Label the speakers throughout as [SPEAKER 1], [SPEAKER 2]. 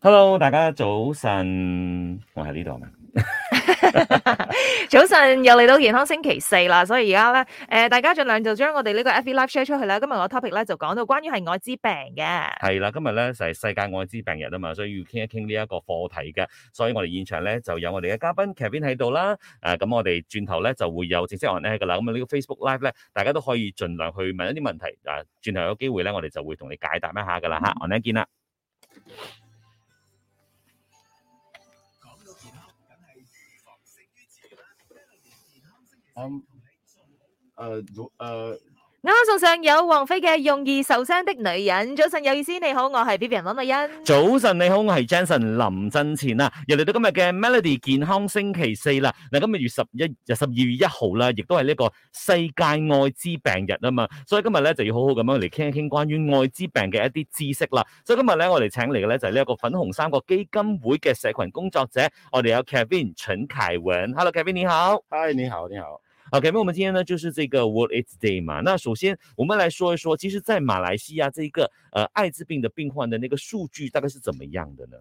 [SPEAKER 1] Hello，大家早晨，我喺呢度啊嘛。
[SPEAKER 2] 早晨，又嚟到健康星期四啦，所以而家咧，诶、大家盡量就將我哋呢個 FB Live share 出去啦。今日我 topic 咧就講到關於係艾滋病嘅。
[SPEAKER 1] 係啦，今日咧就係世界艾滋病日啊嘛，所以要傾一傾呢一個課題嘅。所以我哋現場咧就有我哋嘅嘉賓 Kevin 喺度啦。誒、啊咁我哋轉頭咧就會有正式 on air 噶啦。咁啊呢個 Facebook Live 咧，大家都可以盡量去問一啲問題。誒、轉頭有機會咧，我哋就會同你解答一下噶啦吓 on air 見啦。
[SPEAKER 3] 嗯，呃，如呃，
[SPEAKER 2] 啱送上有王菲嘅《容易受傷的女人》。早晨有意思，你好，我係 B B 人温麗欣。
[SPEAKER 1] 早晨，你好，我係 Jensen 林振前啊，又嚟到今日嘅 Melody 健康星期四啦。嗱，今日月十一就十二月一號啦，亦都係呢個世界艾滋病日啊嘛，所以今日咧就要好好咁樣嚟傾一傾關於艾滋病嘅一啲知識啦。所以今日咧，我哋請嚟嘅咧就係呢一個粉紅三角基金會嘅社群工作者，我哋有 Kevin 陳凱文。Hello，Kevin 你好。
[SPEAKER 3] 嗨，你好，你好。
[SPEAKER 1] OK，那我们今天呢就是这个 World AIDS Day 嘛。那首先我们来说一说，其实，在马来西亚这一个呃艾滋病的病患的那个数据大概是怎么样的呢？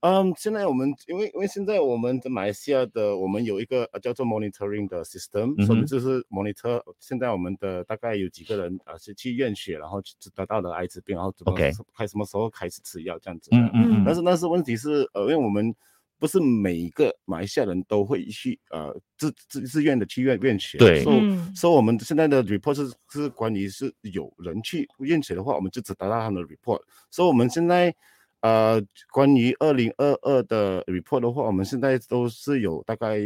[SPEAKER 3] 嗯，现在我们因为因为现在我们的马来西亚的我们有一个呃叫做 monitoring 的 system，、
[SPEAKER 1] 嗯
[SPEAKER 3] 所以
[SPEAKER 1] 哼
[SPEAKER 3] 就是 monitor 现在我们的大概有几个人呃是去验血，然后去得到了艾滋病，然后怎么
[SPEAKER 1] OK
[SPEAKER 3] 开什么时候开始吃药这样子的。
[SPEAKER 2] 嗯
[SPEAKER 3] 但是但是问题是，呃，因为我们不是每一个马来西亚人都会去呃自自自愿的去验验血，
[SPEAKER 1] 对
[SPEAKER 3] 所以
[SPEAKER 2] 嗯
[SPEAKER 3] 所以我们现在的 report 是是关于是有人去验血的话，我们就只达到他们的 report。所以我们现在呃，关于二零二二的 report 的话，我们现在都是有大概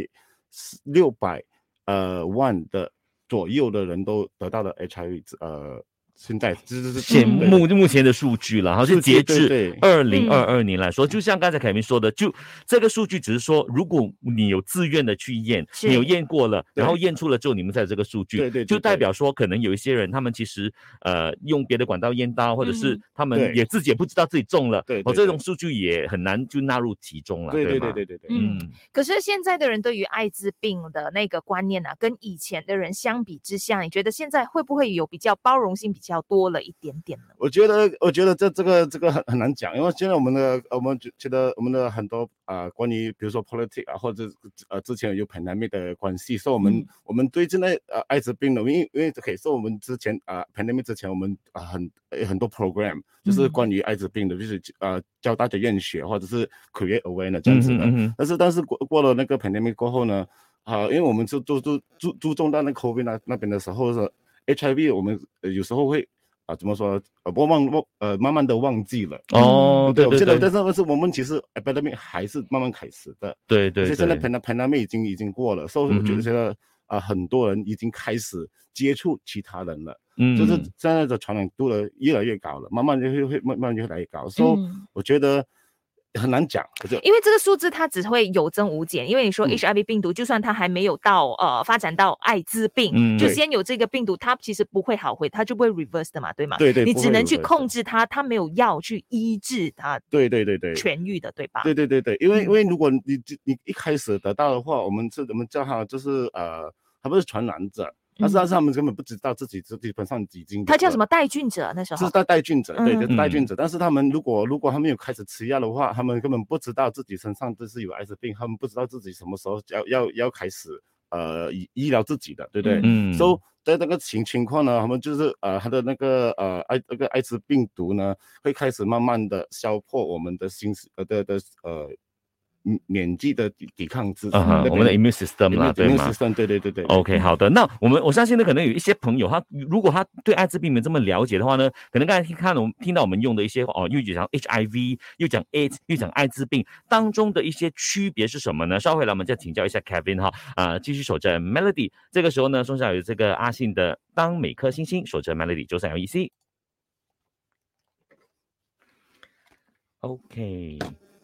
[SPEAKER 3] 六百呃万的左右的人都得到了 HIV，呃，现在这这是
[SPEAKER 1] 现
[SPEAKER 3] 对
[SPEAKER 1] 目目前的数据了，好像
[SPEAKER 3] 数据
[SPEAKER 1] 截
[SPEAKER 3] 对嗯
[SPEAKER 1] 至
[SPEAKER 3] 对
[SPEAKER 1] 二零二二年来说，就像刚才凯明说的，就这个数据只是说，如果你有自愿的去验，
[SPEAKER 2] 是
[SPEAKER 1] 你有验过了，然
[SPEAKER 3] 对
[SPEAKER 1] 后验出了之后，你们才有这个数据，
[SPEAKER 3] 对对对
[SPEAKER 1] 就代
[SPEAKER 3] 对
[SPEAKER 1] 表说可能有一些人他们其实呃用别的管道验到，或者是
[SPEAKER 2] 嗯
[SPEAKER 1] 他们
[SPEAKER 3] 对
[SPEAKER 1] 也自己也不知道自己中了，
[SPEAKER 3] 对
[SPEAKER 1] 哦，
[SPEAKER 3] 对
[SPEAKER 1] 这
[SPEAKER 3] 对
[SPEAKER 1] 种数据也很难就纳入其中了，
[SPEAKER 3] 对对
[SPEAKER 1] 吗
[SPEAKER 3] 对对对对。
[SPEAKER 2] 嗯，
[SPEAKER 1] 嗯
[SPEAKER 2] 可是現在的人對於艾滋病的那個觀念啊，跟以前的人相比之下，你覺得現在會不會有比較包容性比較多了一点点呢？
[SPEAKER 3] 我觉得，我觉得这这个这个很很难讲，因为现在我们的我们觉觉得我们的很多啊、呃关于比如说 politics 啊，或者是呃之前有 pandemic 的关系，所以我们、
[SPEAKER 2] 嗯
[SPEAKER 3] 我们对现在呃艾滋病的，因为因为可以说我们之前啊、呃 pandemic 之前，我们啊、呃很呃很多 program 就是
[SPEAKER 2] 嗯
[SPEAKER 3] 关于艾滋病的，就是呃教大家验血或者是 create awareness 这样子的。
[SPEAKER 1] 嗯哼
[SPEAKER 3] 但是但是过过了那个 pandemic 过后呢，啊、因为我们就都都注注重到那 COVID 那那边的时候是 HIV，我们呃有时候会啊、怎么说呃忘忘忘呃慢慢的忘记了。
[SPEAKER 1] 嗯哼哦，对
[SPEAKER 3] 我
[SPEAKER 1] 对
[SPEAKER 3] 们现在
[SPEAKER 1] 对
[SPEAKER 3] 但是但是我们其实 epidemic 还是慢慢开始的，
[SPEAKER 1] 对
[SPEAKER 3] 而
[SPEAKER 1] 对
[SPEAKER 3] 且现在
[SPEAKER 1] 对，
[SPEAKER 3] pandemic pandemic 已经已经过了，所以我觉
[SPEAKER 1] 嗯哼
[SPEAKER 3] 得觉得啊、很多人已经开始接触其他人了，
[SPEAKER 1] 嗯
[SPEAKER 3] 就是现在的传染度呢越来越高了，慢慢就会会慢慢越来越高，所、以、
[SPEAKER 2] 嗯
[SPEAKER 3] 我觉得很难讲，我
[SPEAKER 1] 哎
[SPEAKER 3] 就
[SPEAKER 2] 因为这个数字它只会有增无减，因为你说
[SPEAKER 3] 嗯
[SPEAKER 2] HIV 病毒，就算它还没有到呃发展到艾滋病，
[SPEAKER 1] 嗯
[SPEAKER 2] 就
[SPEAKER 1] 对
[SPEAKER 2] 先有这个病毒，它其实不会好回，它就不会 reverse 的嘛，对吗？
[SPEAKER 3] 对对，
[SPEAKER 2] 你
[SPEAKER 3] 不
[SPEAKER 2] 只
[SPEAKER 3] 会
[SPEAKER 2] 能
[SPEAKER 3] 有
[SPEAKER 2] 去
[SPEAKER 3] 人
[SPEAKER 2] 控制它，它没有药去医治它
[SPEAKER 3] 对对对对，
[SPEAKER 2] 痊愈的，对吧？
[SPEAKER 3] 对对对对，因
[SPEAKER 2] 嗯
[SPEAKER 3] 为因为如果你你你一开始得到的话，我们是我们叫他就是呃，他不是传染者，但是但是他们根本不知道自己这基本上已经
[SPEAKER 2] 嗯它叫
[SPEAKER 3] 有
[SPEAKER 2] 什
[SPEAKER 3] 了？
[SPEAKER 2] 么带菌者那时
[SPEAKER 3] 是
[SPEAKER 2] 候。
[SPEAKER 3] 带带菌者，对，就是带
[SPEAKER 1] 嗯
[SPEAKER 3] 菌者。但是他们如果如果他们有开始吃药的话，他们根本不知道自己身上这是有艾滋病，他们不知道自己什么时候要要要开始呃医医疗自己的，对不对？
[SPEAKER 1] 嗯
[SPEAKER 3] 所以在这个情情况呢，他们就是呃，他的那个呃艾那个艾滋病毒呢，会开始慢慢的消破我们的心思呃的的呃嗯免疫的抵抵抗之
[SPEAKER 1] 啊哈我们的 immune system 啦，对吗？
[SPEAKER 3] system 对对对嗯对
[SPEAKER 1] OK，好的，那我们我相信呢，可能有一些朋友他如果他对艾滋病没这么了解的话呢，可能刚才听看我们听到我们用的一些哦，又讲 HIV，又讲 AIDS，又讲艾滋病当中的一些区别是什么呢？稍回来我们再请教一下 Kevin 哈，啊、继续守着 Melody，这个时候呢，送上有这个阿信的《当每颗星星守着 Melody》，九三有意思。OK，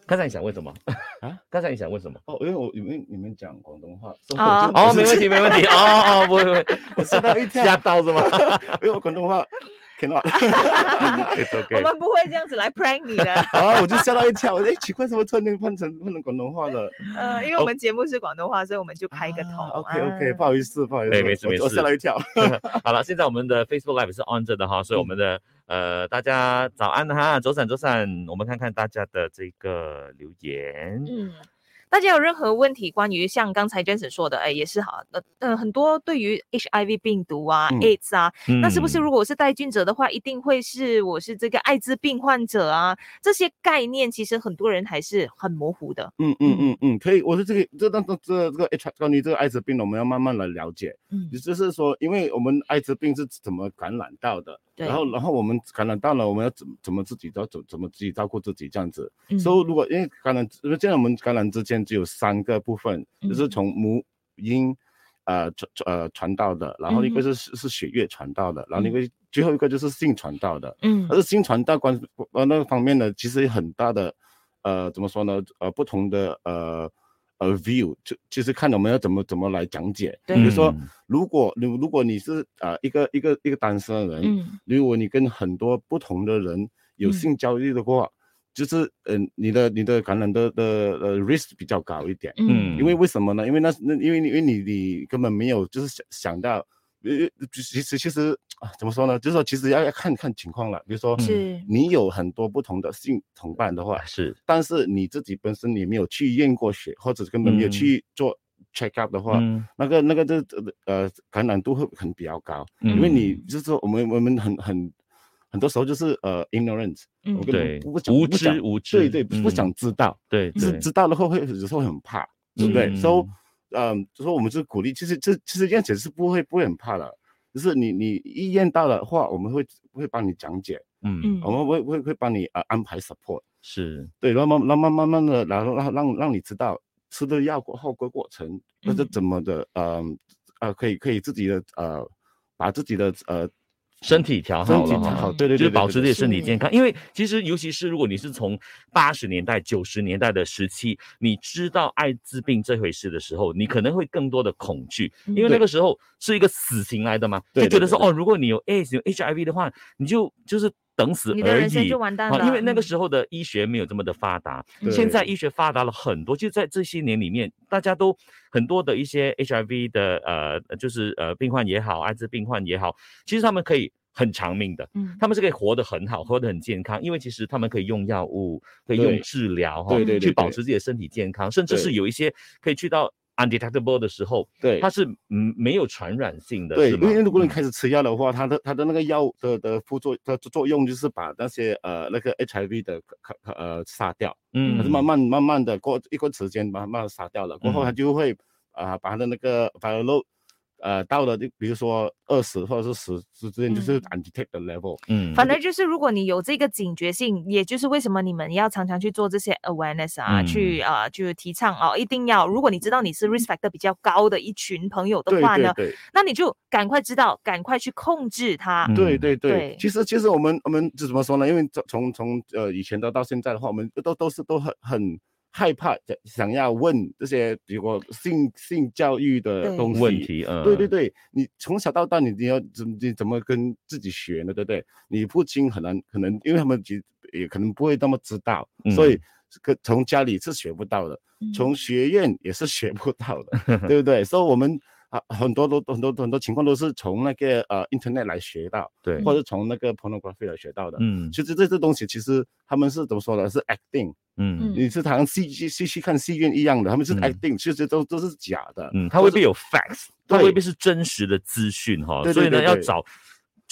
[SPEAKER 1] 刚才你想问什么？
[SPEAKER 3] 啊，
[SPEAKER 1] 刚才你想问什么？
[SPEAKER 3] 哦，因为我因为你们讲广东话，所以
[SPEAKER 2] 啊
[SPEAKER 3] 我就
[SPEAKER 1] 哦，没问题，没问题。 哦哦，不会不会，
[SPEAKER 3] 我吓到一啊跳
[SPEAKER 1] 吓到 是吗？
[SPEAKER 3] 因为我广 东话 cannot，
[SPEAKER 1] It's
[SPEAKER 2] 我
[SPEAKER 1] okay。
[SPEAKER 2] 们不会这样子来 prank 你的，
[SPEAKER 3] 啊，我就吓到一跳，我哎，奇怪，怎么突然间换成换成广东话了？
[SPEAKER 2] 呃，因为我们节目是广东话，所以我们就开个头。
[SPEAKER 3] OK OK，
[SPEAKER 2] 啊
[SPEAKER 3] 哦啊不好意思，不好意
[SPEAKER 1] 哎
[SPEAKER 3] 思，
[SPEAKER 1] 没事
[SPEAKER 3] 我
[SPEAKER 1] 没
[SPEAKER 3] 我
[SPEAKER 1] 事
[SPEAKER 3] 吓到一跳。
[SPEAKER 1] 好了，现在我们的 Facebook Live 是 on 着的哈，所以我们的、
[SPEAKER 3] 嗯
[SPEAKER 1] 呃，大家早安哈，早晨早晨，我们看看大家的这个留言。
[SPEAKER 2] 嗯，大家有任何问题，关于像刚才 Jason 说的，哎，也是好，呃呃，很多对于 HIV 病毒啊、
[SPEAKER 3] 嗯
[SPEAKER 2] AIDS 啊，那是不是
[SPEAKER 1] 嗯
[SPEAKER 2] 如果我是带菌者的话，一定会是我是这个艾滋病患者啊？这些概念其实很多人还是很模糊的。
[SPEAKER 3] 嗯嗯嗯嗯，可以，我说这个这那这这这个 H 关于这个艾滋病呢，我们要慢慢来了解。
[SPEAKER 2] 嗯
[SPEAKER 3] 也，就是说，因为我们艾滋病是怎么感染到的，
[SPEAKER 2] 对。
[SPEAKER 3] 然后然后我们感染到了，我们要怎么怎么自己要怎怎么自己照顾自己这样子。
[SPEAKER 2] 嗯
[SPEAKER 3] 所以、如果因为感染，因为现在我们感染之间只有三个部分，就是
[SPEAKER 2] 嗯
[SPEAKER 3] 从母婴呃传呃传到的，然后一
[SPEAKER 2] 嗯
[SPEAKER 3] 个是是是血液传到的，然后一个最后一个就是性传到的。
[SPEAKER 2] 嗯
[SPEAKER 3] 而是新传道关呃那方面呢，其实有很大的呃怎么说呢呃不同的呃呃 view，就就是看我们要怎么怎么来讲解。
[SPEAKER 2] 对
[SPEAKER 3] 比如说
[SPEAKER 1] 嗯，
[SPEAKER 3] 如果你如果你是呃一个一个一个单身的人，
[SPEAKER 2] 嗯
[SPEAKER 3] 如果你跟很多不同的人有
[SPEAKER 2] 嗯
[SPEAKER 3] 性交易的话，就是嗯、你的你的感染的的呃 risk 比较高一点。
[SPEAKER 2] 嗯
[SPEAKER 3] 因为为什么呢？因为那那因为你因为你你根本没有就是想想到，呃，其实其实啊怎么说呢？就是说其实要要看看情况了。比如说，
[SPEAKER 2] 是
[SPEAKER 3] 你有很多不同的性同伴的话，
[SPEAKER 1] 是
[SPEAKER 3] 但是你自己本身你没有去验过血，或者根本没有
[SPEAKER 1] 嗯
[SPEAKER 3] 去做 check up 的话，
[SPEAKER 1] 嗯，
[SPEAKER 3] 那个那个这呃感染度会很比较高，
[SPEAKER 1] 嗯
[SPEAKER 3] 因为你就是说我们我们很很很多时候就是呃 ignorance，
[SPEAKER 2] 嗯
[SPEAKER 3] 我根本
[SPEAKER 1] 对
[SPEAKER 3] 不不想
[SPEAKER 1] 无
[SPEAKER 3] 不想
[SPEAKER 1] 知无知，
[SPEAKER 3] 对对不
[SPEAKER 1] 嗯
[SPEAKER 3] 想知道，
[SPEAKER 1] 对
[SPEAKER 3] 知
[SPEAKER 1] 对
[SPEAKER 3] 知道了后会有时候会很怕，对不对
[SPEAKER 1] 嗯
[SPEAKER 3] ？So，嗯，就说我们是鼓励，其实这其实验血是不会不会很怕的，就是你你一验到的话，我们会会帮你讲解，
[SPEAKER 1] 嗯
[SPEAKER 2] 嗯
[SPEAKER 3] 我们会会会帮你呃安排 support，
[SPEAKER 1] 是
[SPEAKER 3] 对，然后慢慢慢慢慢的，然后让让让你知道吃的药过后的过程，那是
[SPEAKER 2] 嗯
[SPEAKER 3] 怎么的，嗯呃可以可以自己的呃把自己的呃
[SPEAKER 1] 身体调
[SPEAKER 3] 身
[SPEAKER 1] 好
[SPEAKER 3] 体
[SPEAKER 1] 了
[SPEAKER 3] 调
[SPEAKER 1] 哈。
[SPEAKER 3] 好，对对对，
[SPEAKER 1] 就是
[SPEAKER 3] 对
[SPEAKER 1] 保持自己的
[SPEAKER 3] 对
[SPEAKER 1] 身体
[SPEAKER 2] 是
[SPEAKER 1] 健康。因为其实，尤其是如果你是从八十年代、九十年代的时期，你知道艾滋病这回事的时候，你可能会更多的恐惧，因为那
[SPEAKER 3] 嗯对
[SPEAKER 1] 个时候是一个死刑来的嘛，就
[SPEAKER 3] 对
[SPEAKER 1] 觉
[SPEAKER 3] 对
[SPEAKER 1] 得
[SPEAKER 3] 对
[SPEAKER 1] 说
[SPEAKER 3] 对
[SPEAKER 1] 哦，如果你有 AIDS、有 HIV 的话，你就就是等死
[SPEAKER 2] 你的
[SPEAKER 1] 而
[SPEAKER 2] 人生
[SPEAKER 1] 已
[SPEAKER 2] 就。完蛋了，
[SPEAKER 1] 啊，因为那个
[SPEAKER 2] 嗯
[SPEAKER 1] 时候的医学没有这么的发达，
[SPEAKER 2] 嗯
[SPEAKER 1] 现在
[SPEAKER 3] 对
[SPEAKER 1] 医学发达了很多，就在这些年里面，大家都很多的一些 HIV 的呃，就是呃病患也好，艾滋病患也好，其实他们可以很长命的，
[SPEAKER 2] 嗯
[SPEAKER 1] 他们是可以活得很好，活得很健康，因为其实他们可以用药物，可以用
[SPEAKER 3] 对
[SPEAKER 1] 治疗哈，
[SPEAKER 3] 对对对
[SPEAKER 1] 去保
[SPEAKER 3] 对
[SPEAKER 1] 持自己的身体健康，甚至是
[SPEAKER 3] 对
[SPEAKER 1] 有一些可以去到 undetectable 的时候，
[SPEAKER 3] 对
[SPEAKER 1] 它是嗯没有传染性的，
[SPEAKER 3] 对，
[SPEAKER 1] 是
[SPEAKER 3] 因
[SPEAKER 1] 吗
[SPEAKER 3] 为如果你
[SPEAKER 1] 嗯
[SPEAKER 3] 开始吃药的话，它的它的那个药的的副作它的作用就是把那些呃那个 HIV 的呃呃杀掉，
[SPEAKER 1] 嗯
[SPEAKER 3] 它是慢慢慢慢的过一段时间慢慢地杀掉了，过后它
[SPEAKER 1] 嗯
[SPEAKER 3] 就会啊、把它的那个 viral load 呃到了就比如说二十或者是十之间就是
[SPEAKER 2] 嗯
[SPEAKER 3] undetect 的 level，、
[SPEAKER 1] 嗯
[SPEAKER 2] 反正就是，如果你有这个警觉性，也就是为什么你们要常常去做这些 awareness 啊，
[SPEAKER 1] 嗯
[SPEAKER 2] 去啊、去提倡哦，一定要。如果你知道你是 respect 得比较高的一群朋友的
[SPEAKER 3] 嗯对
[SPEAKER 2] 话
[SPEAKER 3] 对
[SPEAKER 2] 呢，
[SPEAKER 3] 对
[SPEAKER 2] 那你就赶快知道，赶快去控制它。
[SPEAKER 1] 嗯
[SPEAKER 3] 对对对
[SPEAKER 2] 对，
[SPEAKER 3] 其实其实我们我们就怎么说呢？因为从从从呃以前到到现在的话，我们都都是都很很害怕想想要问这些，比如说性性教育的
[SPEAKER 2] 对
[SPEAKER 3] 东西
[SPEAKER 1] 问。题呃，
[SPEAKER 3] 对对对，你从小到大你你要怎么你怎么跟自己学呢？对不对？你父亲很难，可能因为他们其也可能不会那么知道，所
[SPEAKER 1] 嗯
[SPEAKER 3] 以可从家里是学不到的。
[SPEAKER 2] 嗯
[SPEAKER 3] 从学院也是学不到 的，对不对？所以我们啊，很多都很多很多情况都是从那个呃 internet 来学到，
[SPEAKER 1] 对
[SPEAKER 3] 或者从那个 pornography 来学到的。
[SPEAKER 1] 嗯
[SPEAKER 3] 其实这些东西，其实他们是怎么说呢？是 acting，、
[SPEAKER 1] 嗯
[SPEAKER 2] 嗯
[SPEAKER 3] 你是好像戏剧戏剧看戏院一样的，他们是
[SPEAKER 1] 嗯
[SPEAKER 3] acting，、其实都都是假的。
[SPEAKER 1] 嗯，它
[SPEAKER 3] 都
[SPEAKER 1] 未
[SPEAKER 3] 是
[SPEAKER 1] 必有 facts，它未
[SPEAKER 3] 对
[SPEAKER 1] 必是真实的资讯哈，
[SPEAKER 3] 对
[SPEAKER 1] 所以呢
[SPEAKER 3] 对对
[SPEAKER 1] 要
[SPEAKER 3] 对
[SPEAKER 1] 找。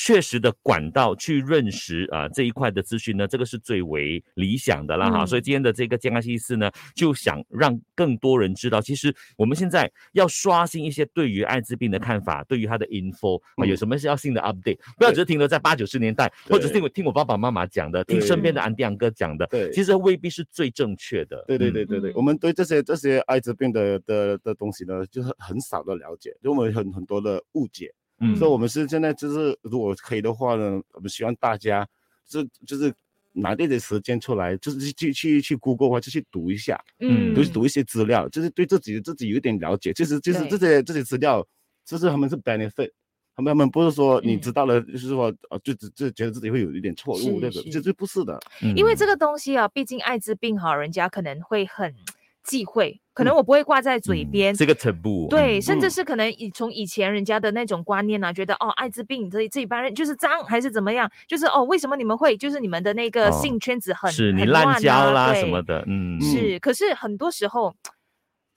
[SPEAKER 1] 确实的管道去认识啊、这一块的资讯呢，这个是最为理想的啦哈。所以
[SPEAKER 2] 嗯
[SPEAKER 1] 今天的这个健康星期四呢，就想让更多人知道，其实我们现在要刷新一些对于艾滋病的看法，对于它的 info 啊，有
[SPEAKER 3] 嗯
[SPEAKER 1] 什么是要新的 update，不要只是停留在八九十年代，或者是听我听我爸爸妈妈讲的，听身边的安迪安哥讲的，
[SPEAKER 3] 对
[SPEAKER 1] 其实未必是最正确的。
[SPEAKER 3] 对对
[SPEAKER 1] 嗯
[SPEAKER 3] 对对对，
[SPEAKER 2] 嗯
[SPEAKER 3] 我们对这些这些艾滋病的的的东西呢，就是很少的了解，因为我们很很多的误解。
[SPEAKER 1] 嗯
[SPEAKER 3] 所以我们是现在就是，如果可以的话呢，我们希望大家是就是拿这点时间出来，就是去去去去 Google 啊，就去读一下，
[SPEAKER 1] 嗯
[SPEAKER 3] 就是读一些资料，就是对自己自己有一点了解。其实就是这些这些资料，就是他们是 benefit。他们他们不是说你
[SPEAKER 2] 嗯
[SPEAKER 3] 知道了，就是说呃，就只就觉得自己会有一点错
[SPEAKER 2] 是
[SPEAKER 3] 误，对不
[SPEAKER 2] 是
[SPEAKER 3] 对？这这不是的，
[SPEAKER 2] 因为
[SPEAKER 1] 嗯
[SPEAKER 2] 这个东西啊，毕竟艾滋病哈，人家可能会很忌讳，可能我不会挂在嘴边。
[SPEAKER 1] 嗯这个 taboo，
[SPEAKER 2] 对，甚至
[SPEAKER 3] 嗯
[SPEAKER 2] 是可能以从以前人家的那种观念啊，觉得哦，艾滋病这这一帮人就是脏还是怎么样，就是哦，为什么你们会就是你们的那个
[SPEAKER 1] 哦
[SPEAKER 2] 性圈子很、
[SPEAKER 1] 是你
[SPEAKER 2] 很
[SPEAKER 1] 滥
[SPEAKER 2] 乱
[SPEAKER 1] 交
[SPEAKER 2] 啊
[SPEAKER 1] 啦什
[SPEAKER 2] 对
[SPEAKER 1] 么的，嗯，
[SPEAKER 3] 嗯
[SPEAKER 2] 是，可是很多时候，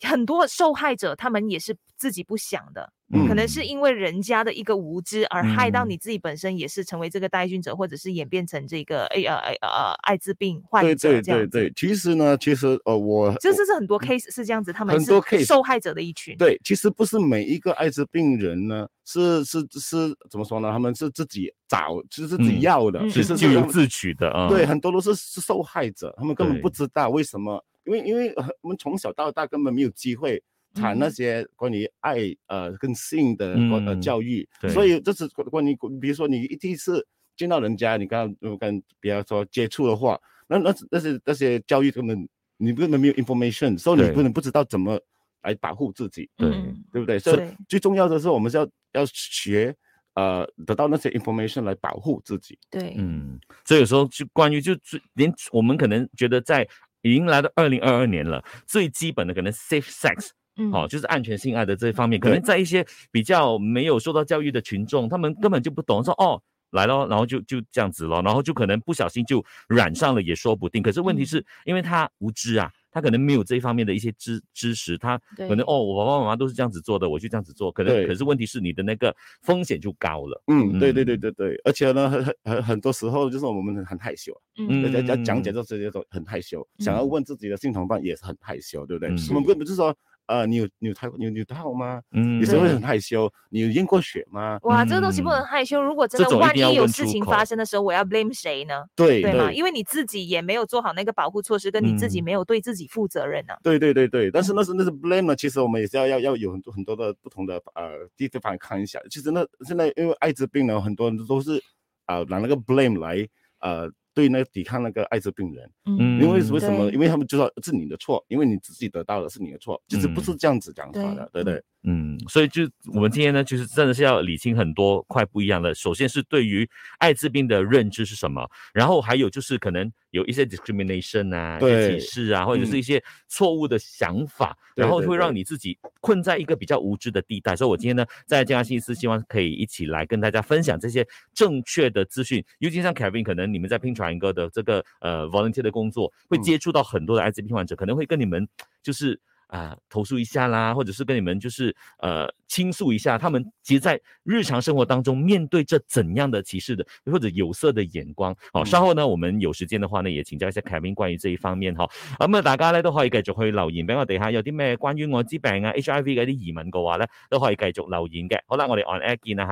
[SPEAKER 2] 很多受害者他们也是自己不想的，可能是因为人家的一个无知而害到
[SPEAKER 1] 嗯
[SPEAKER 2] 你自己本身也是成为这个带菌者，或者是演变成这个哎呃哎呃艾滋病患
[SPEAKER 3] 对
[SPEAKER 2] 者
[SPEAKER 3] 对
[SPEAKER 2] 这样
[SPEAKER 3] 对
[SPEAKER 2] 子。
[SPEAKER 3] 对，其实呢，其实呃，我
[SPEAKER 2] 这是是很多
[SPEAKER 1] 嗯
[SPEAKER 2] case 是这样子，他们
[SPEAKER 3] 很
[SPEAKER 2] 是
[SPEAKER 3] 多 case
[SPEAKER 2] 受害者的一群。
[SPEAKER 3] 对，其实不是每一个艾滋病人呢，是是是怎么说呢？他们是自己找，是自己
[SPEAKER 1] 嗯
[SPEAKER 3] 要的，
[SPEAKER 2] 嗯
[SPEAKER 3] 其
[SPEAKER 1] 是
[SPEAKER 3] 实
[SPEAKER 1] 咎
[SPEAKER 3] 他
[SPEAKER 1] 由
[SPEAKER 3] 们
[SPEAKER 1] 自取的啊，
[SPEAKER 3] 对，很多都是是受害者，他们根本不
[SPEAKER 1] 对
[SPEAKER 3] 知道为什么，因为因为呃我们从小到大根本没有机会谈那
[SPEAKER 2] 嗯
[SPEAKER 3] 些关于爱呃跟性的关呃
[SPEAKER 1] 嗯
[SPEAKER 3] 教育，
[SPEAKER 1] 对
[SPEAKER 3] 所以这是关关于比如说你第一次见到人家，你跟他呃跟别人说接触的话，那那那些那些教育根本你根本没有 information，所以你
[SPEAKER 1] 对
[SPEAKER 3] 根本不知道怎么来保护自己，
[SPEAKER 1] 对
[SPEAKER 2] 嗯
[SPEAKER 3] 对不对？所以
[SPEAKER 2] 对
[SPEAKER 3] 最重要的是我们是要要学呃得到那些 information 来保护自己，
[SPEAKER 2] 对，
[SPEAKER 1] 嗯，所以有时候就关于就最连我们可能觉得在迎来到二零二二年了，最基本的可能 safe sex
[SPEAKER 2] 嗯
[SPEAKER 1] 哦，就是安全性爱的这方面，可
[SPEAKER 3] 对
[SPEAKER 1] 能在一些比较没有受到教育的群众，他们根本就不懂说哦。来咯，然后就就这样子咯，然后就可能不小心就染上了，也说不定。可是问题
[SPEAKER 2] 嗯
[SPEAKER 1] 是因为他无知啊，他可能没有这一方面的一些知知识，他
[SPEAKER 2] 对
[SPEAKER 1] 可能哦，我爸爸妈妈都是这样子做的，我就这样子做。可能
[SPEAKER 3] 对
[SPEAKER 1] 可是问题是你的那个风险就高了。
[SPEAKER 3] 嗯，对对对
[SPEAKER 1] 嗯
[SPEAKER 3] 对对，而且呢，很很很很多时候就是我们很害羞，啊
[SPEAKER 2] 嗯
[SPEAKER 3] 人家讲解
[SPEAKER 1] 嗯
[SPEAKER 3] 这些都很害羞，想要
[SPEAKER 2] 嗯
[SPEAKER 3] 问自己的性同伴也是很害羞，对不对？
[SPEAKER 1] 嗯
[SPEAKER 3] 我们根本就是说，呃，你有你有胎你有你有胎过吗？
[SPEAKER 1] 嗯
[SPEAKER 3] 也是会
[SPEAKER 2] 对
[SPEAKER 3] 很害羞，你有验过血吗？
[SPEAKER 2] 哇，这个东西不能
[SPEAKER 1] 嗯
[SPEAKER 2] 害羞。如果真
[SPEAKER 1] 这
[SPEAKER 2] 的
[SPEAKER 1] 种一
[SPEAKER 2] 万一
[SPEAKER 1] 定要
[SPEAKER 2] 有
[SPEAKER 1] 问
[SPEAKER 2] 事
[SPEAKER 1] 出
[SPEAKER 2] 情
[SPEAKER 1] 口
[SPEAKER 2] 发生的时候，我要 blame 谁呢？
[SPEAKER 3] 对
[SPEAKER 2] 对吗？
[SPEAKER 3] 对
[SPEAKER 2] 因为你自己也没有做好那个保护措施，跟你自己
[SPEAKER 1] 嗯
[SPEAKER 2] 没有对自己负责任呢、
[SPEAKER 3] 对对对对，但
[SPEAKER 2] 嗯
[SPEAKER 3] 是那是那是 blame 呢，其实我们也是要要要有很多很多的不同的呃地地方看一下。其实那现在因为艾滋病呢，很多人都是啊、拿那个 blame 来呃对那个抵抗那个艾滋病人。因为
[SPEAKER 1] 嗯
[SPEAKER 3] 为什么？
[SPEAKER 2] 对
[SPEAKER 3] 因为他们知道是你的错，因为你自己得到的是你的错，其实不
[SPEAKER 1] 嗯
[SPEAKER 3] 是这样子讲法的，对
[SPEAKER 2] 对
[SPEAKER 3] 不对？
[SPEAKER 1] 嗯，所以就我们今天呢，就是真的是要理清很多块不一样的。首先是对于艾滋病的认知是什么，然后还有就是可能有一些 discrimination 啊、一些
[SPEAKER 3] 对
[SPEAKER 1] 歧视啊，或者
[SPEAKER 3] 嗯
[SPEAKER 1] 是一些错误的想法，
[SPEAKER 3] 对
[SPEAKER 1] 然后
[SPEAKER 3] 对
[SPEAKER 1] 会让
[SPEAKER 3] 对
[SPEAKER 1] 你自己困在一个比较无知的地带。所以我今天呢，在健康心思，希望可以一起来跟大家分享这些正确的资讯。尤其像 Kevin，可能你们在拼传哥的这个呃 volunteer 的工作，会
[SPEAKER 3] 嗯
[SPEAKER 1] 接触到很多的艾滋病患者，可能会跟你们就是啊、投诉一下啦，或者是跟你们就是呃倾诉一下，他们其实，在日常生活当中面对这怎样的歧视的或者有色的眼光。好、
[SPEAKER 3] 嗯
[SPEAKER 1] 稍後呢，我們有時間嘅話呢，也請教一下 Kevin 關於呢一方面嗬。咁啊，大家咧都可以繼續去留言俾我哋嚇，有啲咩關於艾滋病啊、HIV 嘅一啲疑問嘅話咧，都可以繼續留言嘅。好啦，我哋 on air 見啦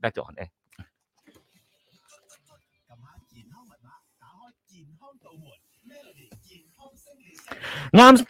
[SPEAKER 1] 嚇，back to on air。啱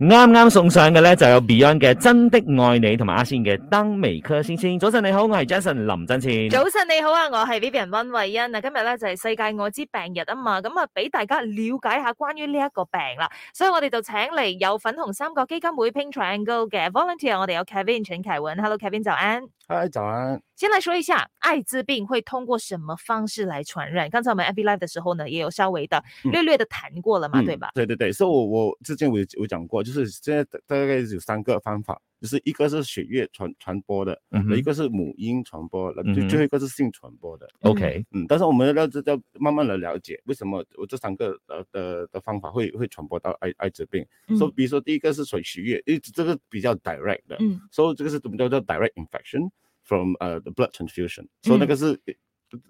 [SPEAKER 1] 啱啱送上嘅咧就有 Beyond 嘅《真的愛你》同埋阿仙嘅《燈微科先先》。早晨你好，我係 Jason 林振前。
[SPEAKER 2] 早晨你好啊，我係 Vivian 温慧欣啊，今日咧就係世界艾滋病日啊嘛，咁啊俾大家了解下關於呢一個病啦，所以我哋就請嚟有粉紅三角基金會 Pink Triangle 嘅 volunteer，我哋有 Kevin 陳啟文，Hello Kevin 早安。
[SPEAKER 3] 嗨，早安。
[SPEAKER 2] 先来说一下艾滋病会通过什么方式来传染？刚才我们 FB Live 的时候呢，也有稍微的
[SPEAKER 3] 嗯
[SPEAKER 2] 略略的谈过了嘛，
[SPEAKER 3] 嗯
[SPEAKER 2] 啊对吧？
[SPEAKER 3] 对对对，所以我我之前我有我讲过，就是现在大大概有三个方法，就是一个是血液传传播的，
[SPEAKER 1] 嗯
[SPEAKER 3] 一
[SPEAKER 1] 哼
[SPEAKER 3] 个是母婴传播的，
[SPEAKER 1] 嗯
[SPEAKER 3] 最
[SPEAKER 1] 哼
[SPEAKER 3] 最后一个是性传播的。
[SPEAKER 1] ，OK，
[SPEAKER 3] 嗯，但是我们要知道慢慢的了解为什么我这三个呃的的方法会会传播到艾艾滋病。
[SPEAKER 2] 嗯
[SPEAKER 3] 所、以、比如说第一个是水血液，因为这个比较 direct 的，
[SPEAKER 2] 嗯
[SPEAKER 3] 所以这个是我们叫做 direct infection from 呃、the blood transfusion，所、以、那
[SPEAKER 2] 嗯
[SPEAKER 3] 个是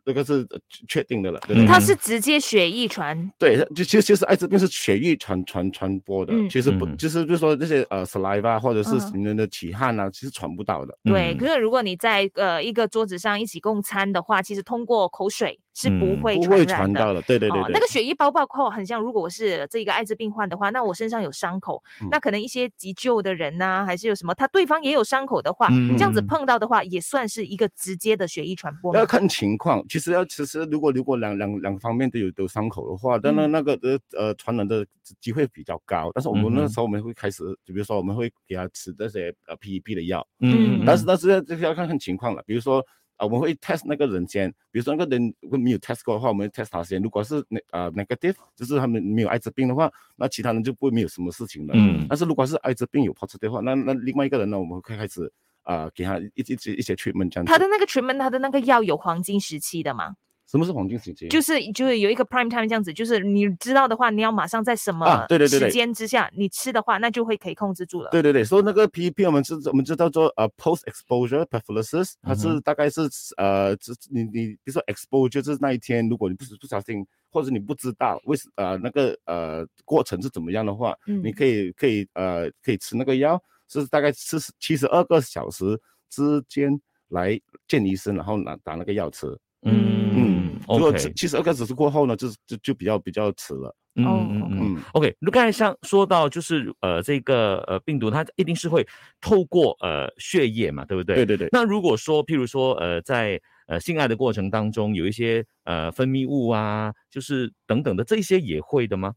[SPEAKER 3] 那个是呃确定的了，对不
[SPEAKER 1] 嗯
[SPEAKER 3] 对？
[SPEAKER 2] 它是直接血液传，
[SPEAKER 3] 对，就其实其实艾滋病是血液传传传播的，
[SPEAKER 2] 嗯
[SPEAKER 3] 其实不
[SPEAKER 1] 嗯
[SPEAKER 3] 就是就是说那些呃 saliva 或者是
[SPEAKER 2] 嗯哼
[SPEAKER 3] 你们的体汗啊，其实传不到的。
[SPEAKER 2] 对。
[SPEAKER 1] 嗯
[SPEAKER 2] 可是如果你在呃一个桌子上一起共餐的话，其实通过口水是不
[SPEAKER 1] 嗯
[SPEAKER 2] 会
[SPEAKER 3] 不
[SPEAKER 2] 传
[SPEAKER 3] 会
[SPEAKER 2] 染
[SPEAKER 3] 传
[SPEAKER 2] 的。
[SPEAKER 3] 到的，对对对
[SPEAKER 2] 哦
[SPEAKER 3] 对，，
[SPEAKER 2] 那个血液包包括很像，如果我是这个艾滋病患的话，那我身上有伤口，
[SPEAKER 3] 嗯
[SPEAKER 2] 那可能一些急救的人呐、还是有什么，他对方也有伤口的话，
[SPEAKER 1] 嗯
[SPEAKER 2] 这样子碰到的话，也算是一个直接的血液传播吗。
[SPEAKER 3] 要看情况。其实要其实如果如果两两两方面都有都有伤口的话，当然
[SPEAKER 2] 嗯
[SPEAKER 3] 那个呃呃传染的机会比较高。但是我们
[SPEAKER 1] 嗯
[SPEAKER 3] 那
[SPEAKER 1] 哼
[SPEAKER 3] 时候我们会开始，比如说我们会给他吃那些呃 PEP 的药，
[SPEAKER 1] 嗯
[SPEAKER 2] 嗯
[SPEAKER 3] 但是但是要这个要看看情况了。比如说啊、我们会 test 那个人先，比如说那个人如果没有 test 过的话，我们 test 他先。如果是那啊 negative，就是他们没有艾滋病的话，那其他人就不会没有什么事情了。
[SPEAKER 1] 嗯
[SPEAKER 3] 但是如果是艾滋病有 positive 的话，那那另外一个人呢，我们会开始啊、给他一一些一些 treatment 这样子。
[SPEAKER 2] 他的那个 treatment，他的那个药有黄金时期的嘛？
[SPEAKER 3] 什么是黄金时期？
[SPEAKER 2] 就是就是有一个 prime time 这样子，就是你知道的话，你要马上在什么
[SPEAKER 3] 啊对对对
[SPEAKER 2] 时
[SPEAKER 3] 对
[SPEAKER 2] 间之下你吃的话，那就会可以控制住了。
[SPEAKER 3] 对对对，所以那个 PEP 我们是我们就叫做呃 post exposure prophylaxis，它
[SPEAKER 1] 嗯
[SPEAKER 3] 是大概是呃，这你你比如说 exposure 就是那一天，如果你不不小心或者你不知道为什呃那个呃过程是怎么样的话，
[SPEAKER 2] 嗯
[SPEAKER 3] 你可以可以呃可以吃那个药，是大概是七十二个小时之间来见医生，然后拿打那个药吃。
[SPEAKER 1] 嗯
[SPEAKER 2] 嗯
[SPEAKER 3] 如果
[SPEAKER 1] OK，
[SPEAKER 3] 七十二个小时过后呢，就是就就比较比较迟了。
[SPEAKER 1] 嗯
[SPEAKER 2] 哦
[SPEAKER 1] 嗯嗯
[SPEAKER 2] ，OK
[SPEAKER 1] 嗯
[SPEAKER 3] 嗯，
[SPEAKER 1] ，OK。那刚才像说到就是呃这个呃病毒它一定是会透过呃血液嘛，对不对？
[SPEAKER 3] 对对对。
[SPEAKER 1] 那如果说，譬如说，呃，在呃性爱的过程当中，有一些呃分泌物啊，就是等等的，这些也会的吗？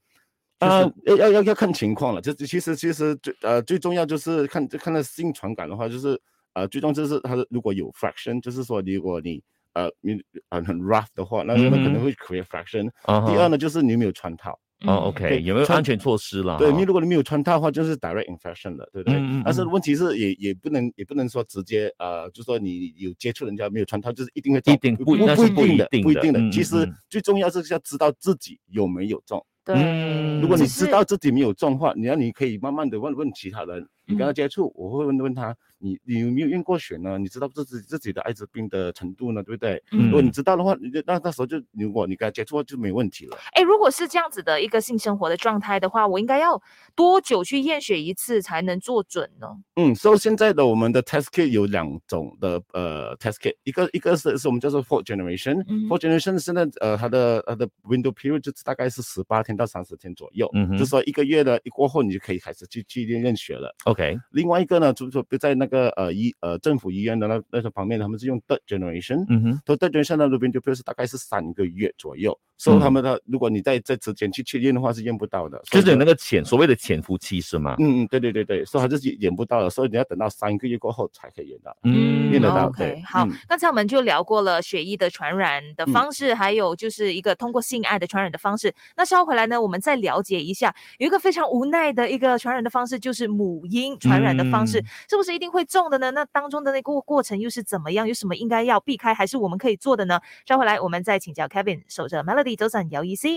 [SPEAKER 3] 啊、要要要要看情况了。就是其实其实最呃最重要就是看看到性传感的话，就是呃最重要就是它的如果有 fraction，就是说如果你呃你呃很 rough 的话，那那可
[SPEAKER 1] 嗯哼
[SPEAKER 3] 能会 create fraction、
[SPEAKER 1] 啊
[SPEAKER 3] 第二
[SPEAKER 1] 呢？
[SPEAKER 3] 呢就是你有没有穿套，
[SPEAKER 1] 哦
[SPEAKER 2] 嗯
[SPEAKER 1] ，OK，
[SPEAKER 3] 对
[SPEAKER 1] 有没有
[SPEAKER 3] 像
[SPEAKER 1] 安全措施啦？
[SPEAKER 3] 对，
[SPEAKER 1] 哈
[SPEAKER 3] 因为如果你没有穿套的话，就是 direct infection 了，对不对？
[SPEAKER 1] 啊嗯嗯
[SPEAKER 3] 但是
[SPEAKER 1] 嗯
[SPEAKER 3] 问题是也也不能也不能说直接呃，就说你有接触人家没有穿套，就是一定会中
[SPEAKER 1] 定
[SPEAKER 3] 不
[SPEAKER 1] 不那
[SPEAKER 3] 不
[SPEAKER 1] 是不
[SPEAKER 3] 一定
[SPEAKER 1] 一
[SPEAKER 3] 的
[SPEAKER 1] 定
[SPEAKER 3] 不一
[SPEAKER 1] 的
[SPEAKER 3] 定的。
[SPEAKER 1] 嗯
[SPEAKER 3] 其
[SPEAKER 1] 嗯
[SPEAKER 3] 实
[SPEAKER 1] 嗯
[SPEAKER 3] 最重要是要知道自己有没有中。
[SPEAKER 2] 对，
[SPEAKER 1] 嗯
[SPEAKER 3] 如果你
[SPEAKER 2] 只
[SPEAKER 3] 知
[SPEAKER 2] 是
[SPEAKER 3] 道自己没有中的话，你要你可以慢慢的问问其他人，你跟他
[SPEAKER 2] 嗯
[SPEAKER 3] 接触，我会问问他，你你有没有验过血呢？你知道自己自己的艾滋病的程度呢，对不对？如果你
[SPEAKER 1] 嗯
[SPEAKER 3] 知道的话，你就那那时候就如果你跟他接触就没问题了。
[SPEAKER 2] 哎，如果是这样子的一个性生活的状态的话，我应该要多久去验血一次才能做准呢？
[SPEAKER 3] 嗯，所、以现在的我们的 test kit 有两种的呃 test kit，一个一个是是我们叫做 fourth
[SPEAKER 2] 嗯
[SPEAKER 3] generation，fourth、generation 现在呃它的它的 window period 就是大概是十八天到三十天左右，
[SPEAKER 1] 嗯哼
[SPEAKER 3] 就说一个月的一过后你就可以开始去去验验血了。
[SPEAKER 1] ，OK，
[SPEAKER 3] 另外一个呢，就是说在那个呃医呃政府医院的那那个旁边，他们是用 third generation，
[SPEAKER 1] 嗯哼，
[SPEAKER 3] 都 third generation 的 r u b i n d u p i l 是大概是三个月左右，所以他
[SPEAKER 1] 嗯
[SPEAKER 3] 们的如果你在这之前去确认的话是验不到的，
[SPEAKER 1] 就
[SPEAKER 3] 所以
[SPEAKER 1] 是有那
[SPEAKER 3] 说
[SPEAKER 1] 个潜所谓的潜伏期是吗？
[SPEAKER 3] 嗯嗯对对对对，所以他是验不到的，所以你要等到三个月过后才可以验到，
[SPEAKER 2] 嗯
[SPEAKER 3] 验得到
[SPEAKER 2] OK，
[SPEAKER 3] 对，
[SPEAKER 2] 好
[SPEAKER 3] 嗯
[SPEAKER 2] 刚才我们就聊过了血液的传染的
[SPEAKER 3] 嗯
[SPEAKER 2] 方式，还有就是一个通过性爱的传染的方式。那稍后回来呢，我们再了解一下，有一个非常无奈的一个传染的方式，就是母婴传染的方式，
[SPEAKER 1] 嗯
[SPEAKER 2] 是不是一定会中的呢？那当中的那个过程又是怎么样？有什么应该要避开，还是我们可以做的呢？稍后回来我们再请教 Kevin，守着 Melody 早晨有意思。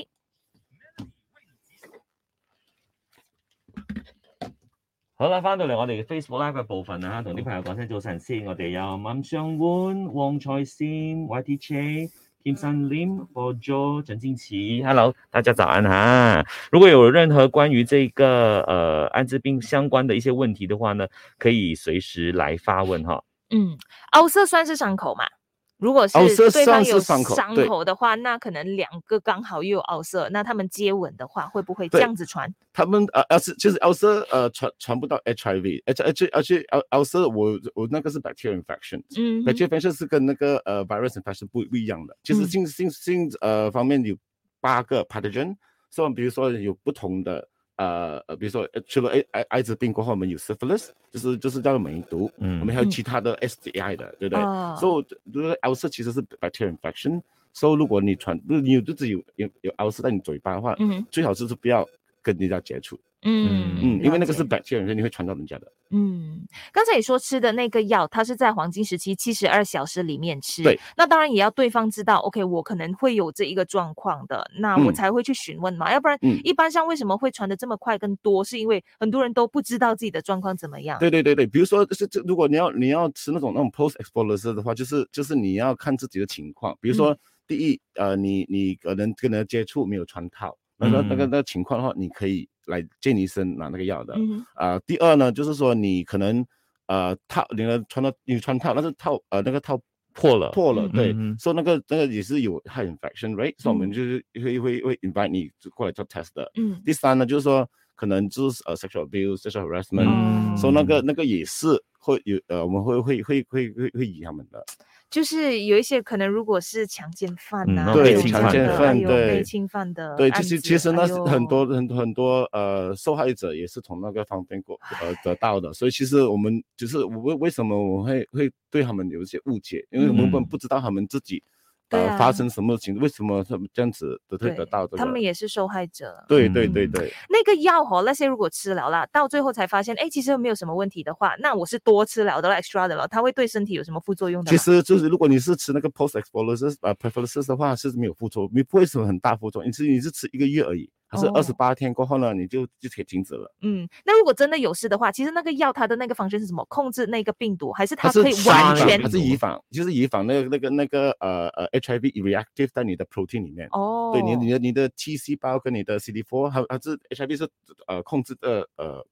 [SPEAKER 1] 好啦，翻到嚟我哋嘅 Facebook Live 嘅部分啊，同啲朋友講聲早晨先。我哋有孟尚煥、黃彩仙、YT Che、Kim Sun Lim、For Jo、陳靜琪。Hello，大家早安哈！如果有任何關於這個呃艾滋病相關的一些問題的話呢，可以隨時來發問哈。
[SPEAKER 2] 嗯，凹色算是伤口嘛？如果是
[SPEAKER 3] 凹色
[SPEAKER 2] 对
[SPEAKER 3] 算
[SPEAKER 2] 方
[SPEAKER 3] 是
[SPEAKER 2] 有
[SPEAKER 3] 伤口对
[SPEAKER 2] 的话，那可能两个刚好又有凹色，那他们接吻的话会不会这
[SPEAKER 3] 对
[SPEAKER 2] 样子传？
[SPEAKER 3] 他们呃要是其实要是呃传传不到 HIV，H H H 要要是我我那个是 bacterial infection，
[SPEAKER 2] 嗯哼，
[SPEAKER 3] bacterial infection 是跟那个呃 virus infection 不不一样的。其
[SPEAKER 2] 嗯
[SPEAKER 3] 实性性性呃方面有八个 pathogen，所以比如说有不同的呃呃，比如说呃除了艾艾艾滋病过后，我们有 syphilis，就是就是叫做梅毒，我
[SPEAKER 1] 嗯
[SPEAKER 3] 们还有
[SPEAKER 2] 嗯
[SPEAKER 3] 其他的 STI 的，对不对？
[SPEAKER 2] 哦
[SPEAKER 3] 所以如果 u l c e 其实是 bacterial infection，所、以如果你传，如果你有就是有有有 u l c e 在你嘴巴的话，
[SPEAKER 2] 嗯
[SPEAKER 3] 最好就是不要跟人家接触，
[SPEAKER 2] 嗯
[SPEAKER 3] 嗯，因为那
[SPEAKER 2] 了
[SPEAKER 3] 个
[SPEAKER 2] 解
[SPEAKER 3] 是 bacterial infection，你会传到人家的。
[SPEAKER 2] 嗯，刚才你说吃的那个药，它是在黄金时期七十二小时里面吃，
[SPEAKER 3] 对，
[SPEAKER 2] 那当然也要对方知道，OK，我可能会有这一个状况的，那我
[SPEAKER 3] 嗯
[SPEAKER 2] 才会去询问嘛，要不然
[SPEAKER 3] 嗯
[SPEAKER 2] 一般上为什么会传的这么快跟多，是因为很多人都不知道自己的状况怎么样，
[SPEAKER 3] 对对对对，比如说是这，如果你要你要吃那种那种 post exposure 的话，就是就是你要看自己的情况，比如
[SPEAKER 2] 嗯
[SPEAKER 3] 说、第一，呃，你你可能跟人接触没有穿套，那个那个
[SPEAKER 1] 嗯
[SPEAKER 3] 那个情况的话，你可以来见医生拿那个药的。
[SPEAKER 2] 嗯哼，
[SPEAKER 3] 啊、第二呢，就是说你可能呃套你的穿到你穿套，但是套呃那个套
[SPEAKER 1] 破了
[SPEAKER 3] 破了，
[SPEAKER 2] 嗯
[SPEAKER 3] 对
[SPEAKER 1] 嗯，
[SPEAKER 3] 所以那个那个也是有 high infection right，所以我们
[SPEAKER 2] 嗯
[SPEAKER 3] 就是会会会 invite 你过来做 test 的。
[SPEAKER 2] 嗯。
[SPEAKER 3] 第三呢，就是说可能就是呃 sexual abuse、sexual harassment，
[SPEAKER 2] 嗯
[SPEAKER 3] 所以那个那个也是会有呃，我们会会会会会会以他们的，
[SPEAKER 2] 就是有一些可能，如果是强奸犯
[SPEAKER 1] 嗯
[SPEAKER 2] 呐、
[SPEAKER 1] 那
[SPEAKER 2] 这
[SPEAKER 1] 对
[SPEAKER 2] 种
[SPEAKER 1] 强
[SPEAKER 2] 的
[SPEAKER 1] 奸
[SPEAKER 2] 哎
[SPEAKER 3] 犯
[SPEAKER 2] 呦
[SPEAKER 3] 对
[SPEAKER 2] 被侵犯的
[SPEAKER 3] 对，
[SPEAKER 2] 案
[SPEAKER 3] 其实
[SPEAKER 2] 子
[SPEAKER 3] 其实呢
[SPEAKER 2] 哎
[SPEAKER 3] 是
[SPEAKER 2] 呦
[SPEAKER 3] 很多很多很多呃受害者也是从那个方面过呃得到的，所以其实我们就是我为为什么我们会会对他们有一些误解，因为我们根本
[SPEAKER 1] 嗯
[SPEAKER 3] 不知道他们自己、
[SPEAKER 2] 对
[SPEAKER 3] 呃
[SPEAKER 2] 啊
[SPEAKER 3] 发生什么情，为什么他们这样子得会得到这个，
[SPEAKER 2] 他们也是受害者。
[SPEAKER 3] 对对对
[SPEAKER 2] 嗯
[SPEAKER 3] 对，
[SPEAKER 2] 那个药和那些如果吃了啦，到最后才发现，哎，其实没有什么问题的话，那我是多吃了的啦 extra 的了，它会对身体有什么副作用的
[SPEAKER 3] 其
[SPEAKER 2] 吗？
[SPEAKER 3] 实就是如果你是吃那个 post exposure 呃 preferences 的话是没有副作用，你不会什么很大副作用，你是你是吃一个月而已，还是
[SPEAKER 2] 哦
[SPEAKER 3] 二十八天过后呢你就就可以停止了。
[SPEAKER 2] 嗯，那如果真的有事的话，其实那个药它的那个方针是什么？控制那个病毒，还是它
[SPEAKER 3] 它是
[SPEAKER 2] 可以
[SPEAKER 3] 杀
[SPEAKER 2] 完
[SPEAKER 1] 杀
[SPEAKER 3] 菌
[SPEAKER 2] 全
[SPEAKER 3] 它？是以防，就是以防那个那个那个呃呃 HIV reactive 在你的 protein 里面。
[SPEAKER 2] 哦，
[SPEAKER 3] 对你你的你的 T 细胞跟你的 CD4 还还是 HIV 是呃控制的呃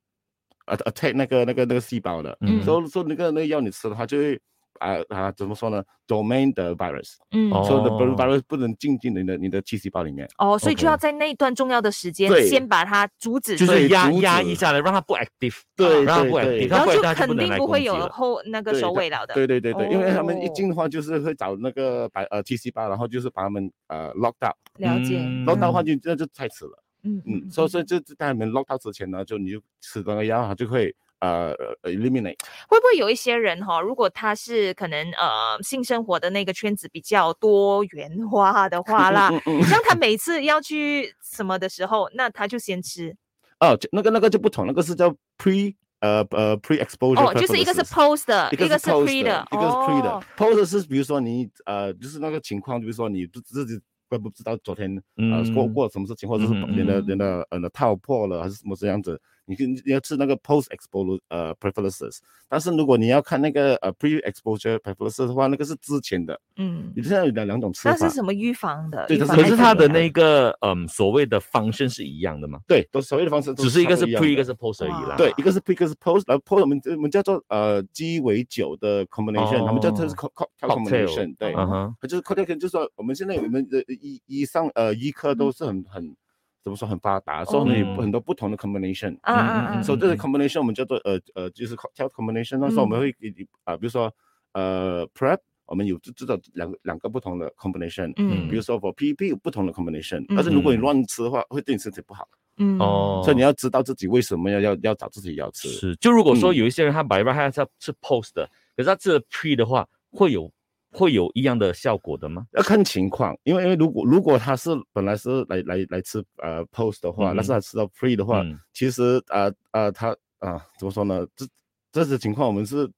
[SPEAKER 3] 呃 attack 那个那个那个细胞的，
[SPEAKER 2] 嗯
[SPEAKER 3] 所以说那个那个药你吃了，它就会啊啊怎么说呢？domain 的 virus，
[SPEAKER 2] 嗯
[SPEAKER 1] 哦
[SPEAKER 3] 所以的 virus 不能进进你的你的 T 细胞里面。
[SPEAKER 2] 哦，所以就
[SPEAKER 1] OK
[SPEAKER 2] 要在那一段重要的时间
[SPEAKER 3] 对
[SPEAKER 2] 先把它阻止
[SPEAKER 3] 就
[SPEAKER 2] 住，
[SPEAKER 1] 所以
[SPEAKER 3] 是
[SPEAKER 1] 压
[SPEAKER 3] 阻止
[SPEAKER 1] 压抑下来，让它不 active，
[SPEAKER 3] 对
[SPEAKER 1] 让它
[SPEAKER 3] 对
[SPEAKER 1] 不 active，
[SPEAKER 2] 然
[SPEAKER 3] 对
[SPEAKER 1] 它
[SPEAKER 2] 后
[SPEAKER 1] 不
[SPEAKER 2] 就
[SPEAKER 1] active，它
[SPEAKER 2] 肯
[SPEAKER 1] 能
[SPEAKER 2] 定
[SPEAKER 1] 来
[SPEAKER 2] 不
[SPEAKER 1] 攻
[SPEAKER 2] 会
[SPEAKER 1] 击
[SPEAKER 2] 有
[SPEAKER 1] 了。
[SPEAKER 2] 后那个
[SPEAKER 3] 对
[SPEAKER 2] 手
[SPEAKER 3] 它
[SPEAKER 2] 尾了的。
[SPEAKER 3] 对对对对，因为他们一
[SPEAKER 2] 哦
[SPEAKER 3] 进的话就是会找那个白呃 T 细胞，然后就是把他们呃 lock down，
[SPEAKER 2] 了解，
[SPEAKER 1] 嗯
[SPEAKER 3] lock down 的话
[SPEAKER 2] 嗯
[SPEAKER 3] 就那就太迟了。
[SPEAKER 2] 嗯
[SPEAKER 3] 嗯，所以所以就就在你们 lock 到之前呢，就你就吃那个药，它就会呃呃 eliminate。
[SPEAKER 2] 会不会有一些人哈、如果他是可能呃性生活的那个圈子比较多元化的话啦，
[SPEAKER 3] 嗯嗯嗯
[SPEAKER 2] 像他每次要去什么的时候，那他就先吃
[SPEAKER 3] 哦，就那个那个就不同，那个是叫 pre 呃呃 pre exposure。
[SPEAKER 2] 哦，就是一个是 post 的，
[SPEAKER 3] 一个
[SPEAKER 2] 是
[SPEAKER 3] 是 post
[SPEAKER 2] pre 的，
[SPEAKER 3] 一个是 pre 的
[SPEAKER 2] 哦。
[SPEAKER 3] post 是比如说你呃就是那个情况，比如说你不自己。会不知道昨天呃过
[SPEAKER 1] 嗯
[SPEAKER 3] 过什么事情，或者是
[SPEAKER 1] 嗯嗯
[SPEAKER 3] 你的你
[SPEAKER 2] 嗯
[SPEAKER 3] 的呃你的套破了还是什么这样子，你跟你要吃那个 post exposure 呃 preferences，但是如果你要看那个呃 pre exposure preferences 的话，那个是之前的，
[SPEAKER 2] 嗯
[SPEAKER 3] 你，现在有两两种吃法。
[SPEAKER 2] 那是什么预防的？
[SPEAKER 3] 对
[SPEAKER 2] 预
[SPEAKER 3] 它
[SPEAKER 2] 防
[SPEAKER 1] 可
[SPEAKER 3] 还
[SPEAKER 1] 是
[SPEAKER 3] 是
[SPEAKER 1] 它
[SPEAKER 2] 艾滋
[SPEAKER 1] 的
[SPEAKER 2] 病
[SPEAKER 1] 那个嗯所谓的方向是一样的嘛，
[SPEAKER 3] 对，都所有的方式都
[SPEAKER 1] 只是一个
[SPEAKER 3] 差
[SPEAKER 1] 是
[SPEAKER 3] 不多
[SPEAKER 1] pre 一
[SPEAKER 3] 样
[SPEAKER 1] 个
[SPEAKER 3] 的
[SPEAKER 1] 是 post 而已啦。
[SPEAKER 2] 哇
[SPEAKER 3] 对，一个是 pre，一个是 post，然后 post 我们我们叫做呃鸡尾酒的 combination，我们叫它是
[SPEAKER 1] 哦
[SPEAKER 3] co- co-
[SPEAKER 1] Cocktail
[SPEAKER 3] combination，对，
[SPEAKER 1] 嗯哼，
[SPEAKER 3] 它就是 cocktail，就是说我们现在我们的医医上呃医科都是很很怎么说很发达，所以我
[SPEAKER 1] 嗯
[SPEAKER 3] 们
[SPEAKER 2] 哦
[SPEAKER 3] 有很多不同的 combination，
[SPEAKER 2] 啊啊
[SPEAKER 1] 嗯嗯
[SPEAKER 2] 啊
[SPEAKER 1] 嗯！
[SPEAKER 3] 所以这个 combination 我们叫做呃呃就是 cocktail combination，那时候我们会给你啊，比如说呃 prep，我们有这这种两个两个不同的 combination。
[SPEAKER 2] 嗯
[SPEAKER 3] 比如说 for PEP 有不同的 combination，但是如果你
[SPEAKER 1] 嗯
[SPEAKER 3] 乱吃的话，会对你身体不好。
[SPEAKER 2] 嗯
[SPEAKER 1] 哦，
[SPEAKER 3] 所以你要知道自己为什么要要要找自己要吃。
[SPEAKER 1] 是，就如果说
[SPEAKER 3] 嗯
[SPEAKER 1] 有一些人他白白他是是 post 的，可是他吃了 pre 的话，会有会有一样的效果的吗？
[SPEAKER 3] 要看情况，因为因为如果如果他是本来是来来来吃呃 post 的话，
[SPEAKER 1] 嗯
[SPEAKER 3] 但是他吃到 pre 的话，
[SPEAKER 1] 嗯
[SPEAKER 3] 其实呃呃他啊、怎么说呢？这这些情况我们是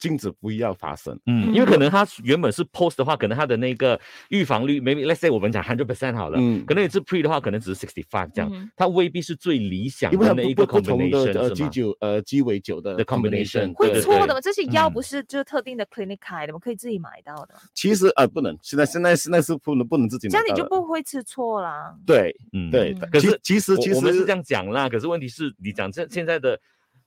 [SPEAKER 3] 禁止不要发生。
[SPEAKER 1] 嗯，因为可能他原本是 post 的话，可能他的那个预防率，maybe let's say 我们讲 hundred percent 好了，
[SPEAKER 3] 嗯
[SPEAKER 1] 可能你是 pre 的话，可能只是 sixty five 这样，
[SPEAKER 2] 嗯
[SPEAKER 1] 它未必是最理想
[SPEAKER 3] 因为
[SPEAKER 1] 的
[SPEAKER 3] 它
[SPEAKER 1] 那一
[SPEAKER 3] 不
[SPEAKER 1] 个
[SPEAKER 3] 不不同的
[SPEAKER 1] combination
[SPEAKER 3] 呃
[SPEAKER 1] 是
[SPEAKER 3] 鸡
[SPEAKER 1] 吗？
[SPEAKER 3] 酒呃鸡尾酒的
[SPEAKER 1] The combination，对
[SPEAKER 2] 会
[SPEAKER 1] 对
[SPEAKER 2] 错的
[SPEAKER 1] 对
[SPEAKER 2] 吗？这些药
[SPEAKER 1] 嗯
[SPEAKER 2] 不是就是特定的 clinic 开的吗？可以自己买到的，
[SPEAKER 3] 其实呃不能，现在现在现在是不能不能自己
[SPEAKER 2] 这
[SPEAKER 3] 买
[SPEAKER 2] 样你
[SPEAKER 3] 到
[SPEAKER 2] 就
[SPEAKER 3] 的
[SPEAKER 2] 不会吃错啦。
[SPEAKER 3] 对
[SPEAKER 1] 嗯，
[SPEAKER 3] 对
[SPEAKER 2] 嗯。
[SPEAKER 1] 可是
[SPEAKER 3] 其其实其
[SPEAKER 1] 我我们是
[SPEAKER 3] 实
[SPEAKER 1] 这样讲啦，可是问题是你讲这现在的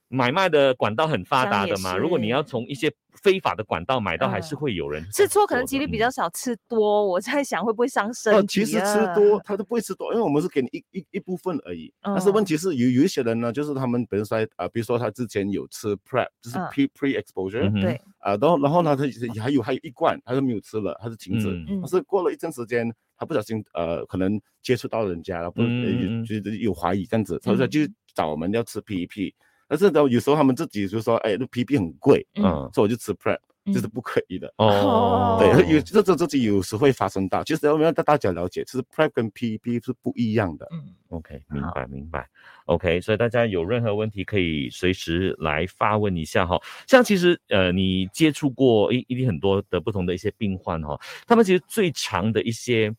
[SPEAKER 1] 买卖的管道很发
[SPEAKER 2] 这样
[SPEAKER 1] 达
[SPEAKER 2] 也
[SPEAKER 1] 的嘛，如果你要
[SPEAKER 2] 是
[SPEAKER 1] 从一些非法的管道买到，还是
[SPEAKER 2] 嗯
[SPEAKER 1] 会有人这
[SPEAKER 2] 吃
[SPEAKER 1] 样
[SPEAKER 2] 错可能
[SPEAKER 1] 做
[SPEAKER 2] 几
[SPEAKER 1] 的
[SPEAKER 2] 率
[SPEAKER 1] 嗯
[SPEAKER 2] 比较少，吃多我在想会不会伤身、
[SPEAKER 3] 哦，其实
[SPEAKER 2] 啊
[SPEAKER 3] 吃多，他都不会吃多，因为我们是给你一一一部分而已。但是
[SPEAKER 2] 嗯
[SPEAKER 3] 问题是有有一些人呢，就是他们本身啊、比如说他之前有吃 prep，就是
[SPEAKER 2] 嗯
[SPEAKER 3] pre pre exposure
[SPEAKER 1] 嗯哼
[SPEAKER 2] 对
[SPEAKER 3] 啊、然后然后呢，他也还有还有一罐，他就没有吃了，他就停止。
[SPEAKER 1] 嗯
[SPEAKER 2] 嗯
[SPEAKER 3] 但是过了一段时间，他不小心呃可能接触到人家了，不、
[SPEAKER 1] 嗯嗯嗯嗯
[SPEAKER 3] 呃、觉得有怀疑这样子，所以说就找我们要吃 PEP。但是呢，有时候他们自己就说，哎，那 PEP 很贵，
[SPEAKER 1] 嗯
[SPEAKER 3] 所以我就吃 prep，这是
[SPEAKER 2] 嗯
[SPEAKER 3] 不可以的。
[SPEAKER 1] 哦，
[SPEAKER 3] 对，有这这这己有时会发生到，其实我们要带大家了解，其实 prep 跟 PEP 是不一样的。
[SPEAKER 2] 嗯，
[SPEAKER 1] OK，明白明白。OK，所以大家有任何问题可以随时来发问一下哈。像其实呃，你接触过一一定很多的不同的一些病患哈，他们其实最长的一些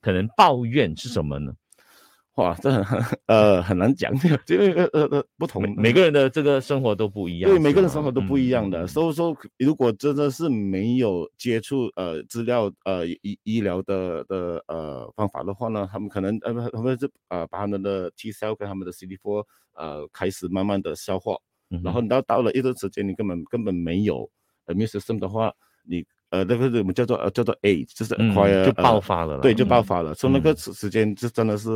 [SPEAKER 1] 可能抱怨是什么呢？
[SPEAKER 3] 哇，这很很 呃很难讲，因为呃呃呃不同
[SPEAKER 1] 每
[SPEAKER 3] 的，
[SPEAKER 1] 每个人的这个生活都不一样，
[SPEAKER 3] 对每
[SPEAKER 1] 是
[SPEAKER 3] 个人
[SPEAKER 1] 吗
[SPEAKER 3] 生活都不一样的。
[SPEAKER 1] 嗯
[SPEAKER 3] 所以说，如果真的是没有接触呃资料呃医医疗的的呃方法的话呢，他们可能呃他们就呃把他们的 T cell 跟他们的 CD4 呃开始慢慢的消化，
[SPEAKER 1] 嗯
[SPEAKER 3] 然后你到到了一段时间，你根本根本没有 immune system 的话，你呃那个是我们叫做呃叫做 A，就是
[SPEAKER 1] 嗯
[SPEAKER 3] acquire、
[SPEAKER 1] 就爆发了啦，
[SPEAKER 3] 呃，对，就
[SPEAKER 1] 嗯
[SPEAKER 3] 爆发了。所以那个
[SPEAKER 1] 嗯
[SPEAKER 3] 时时间就真的是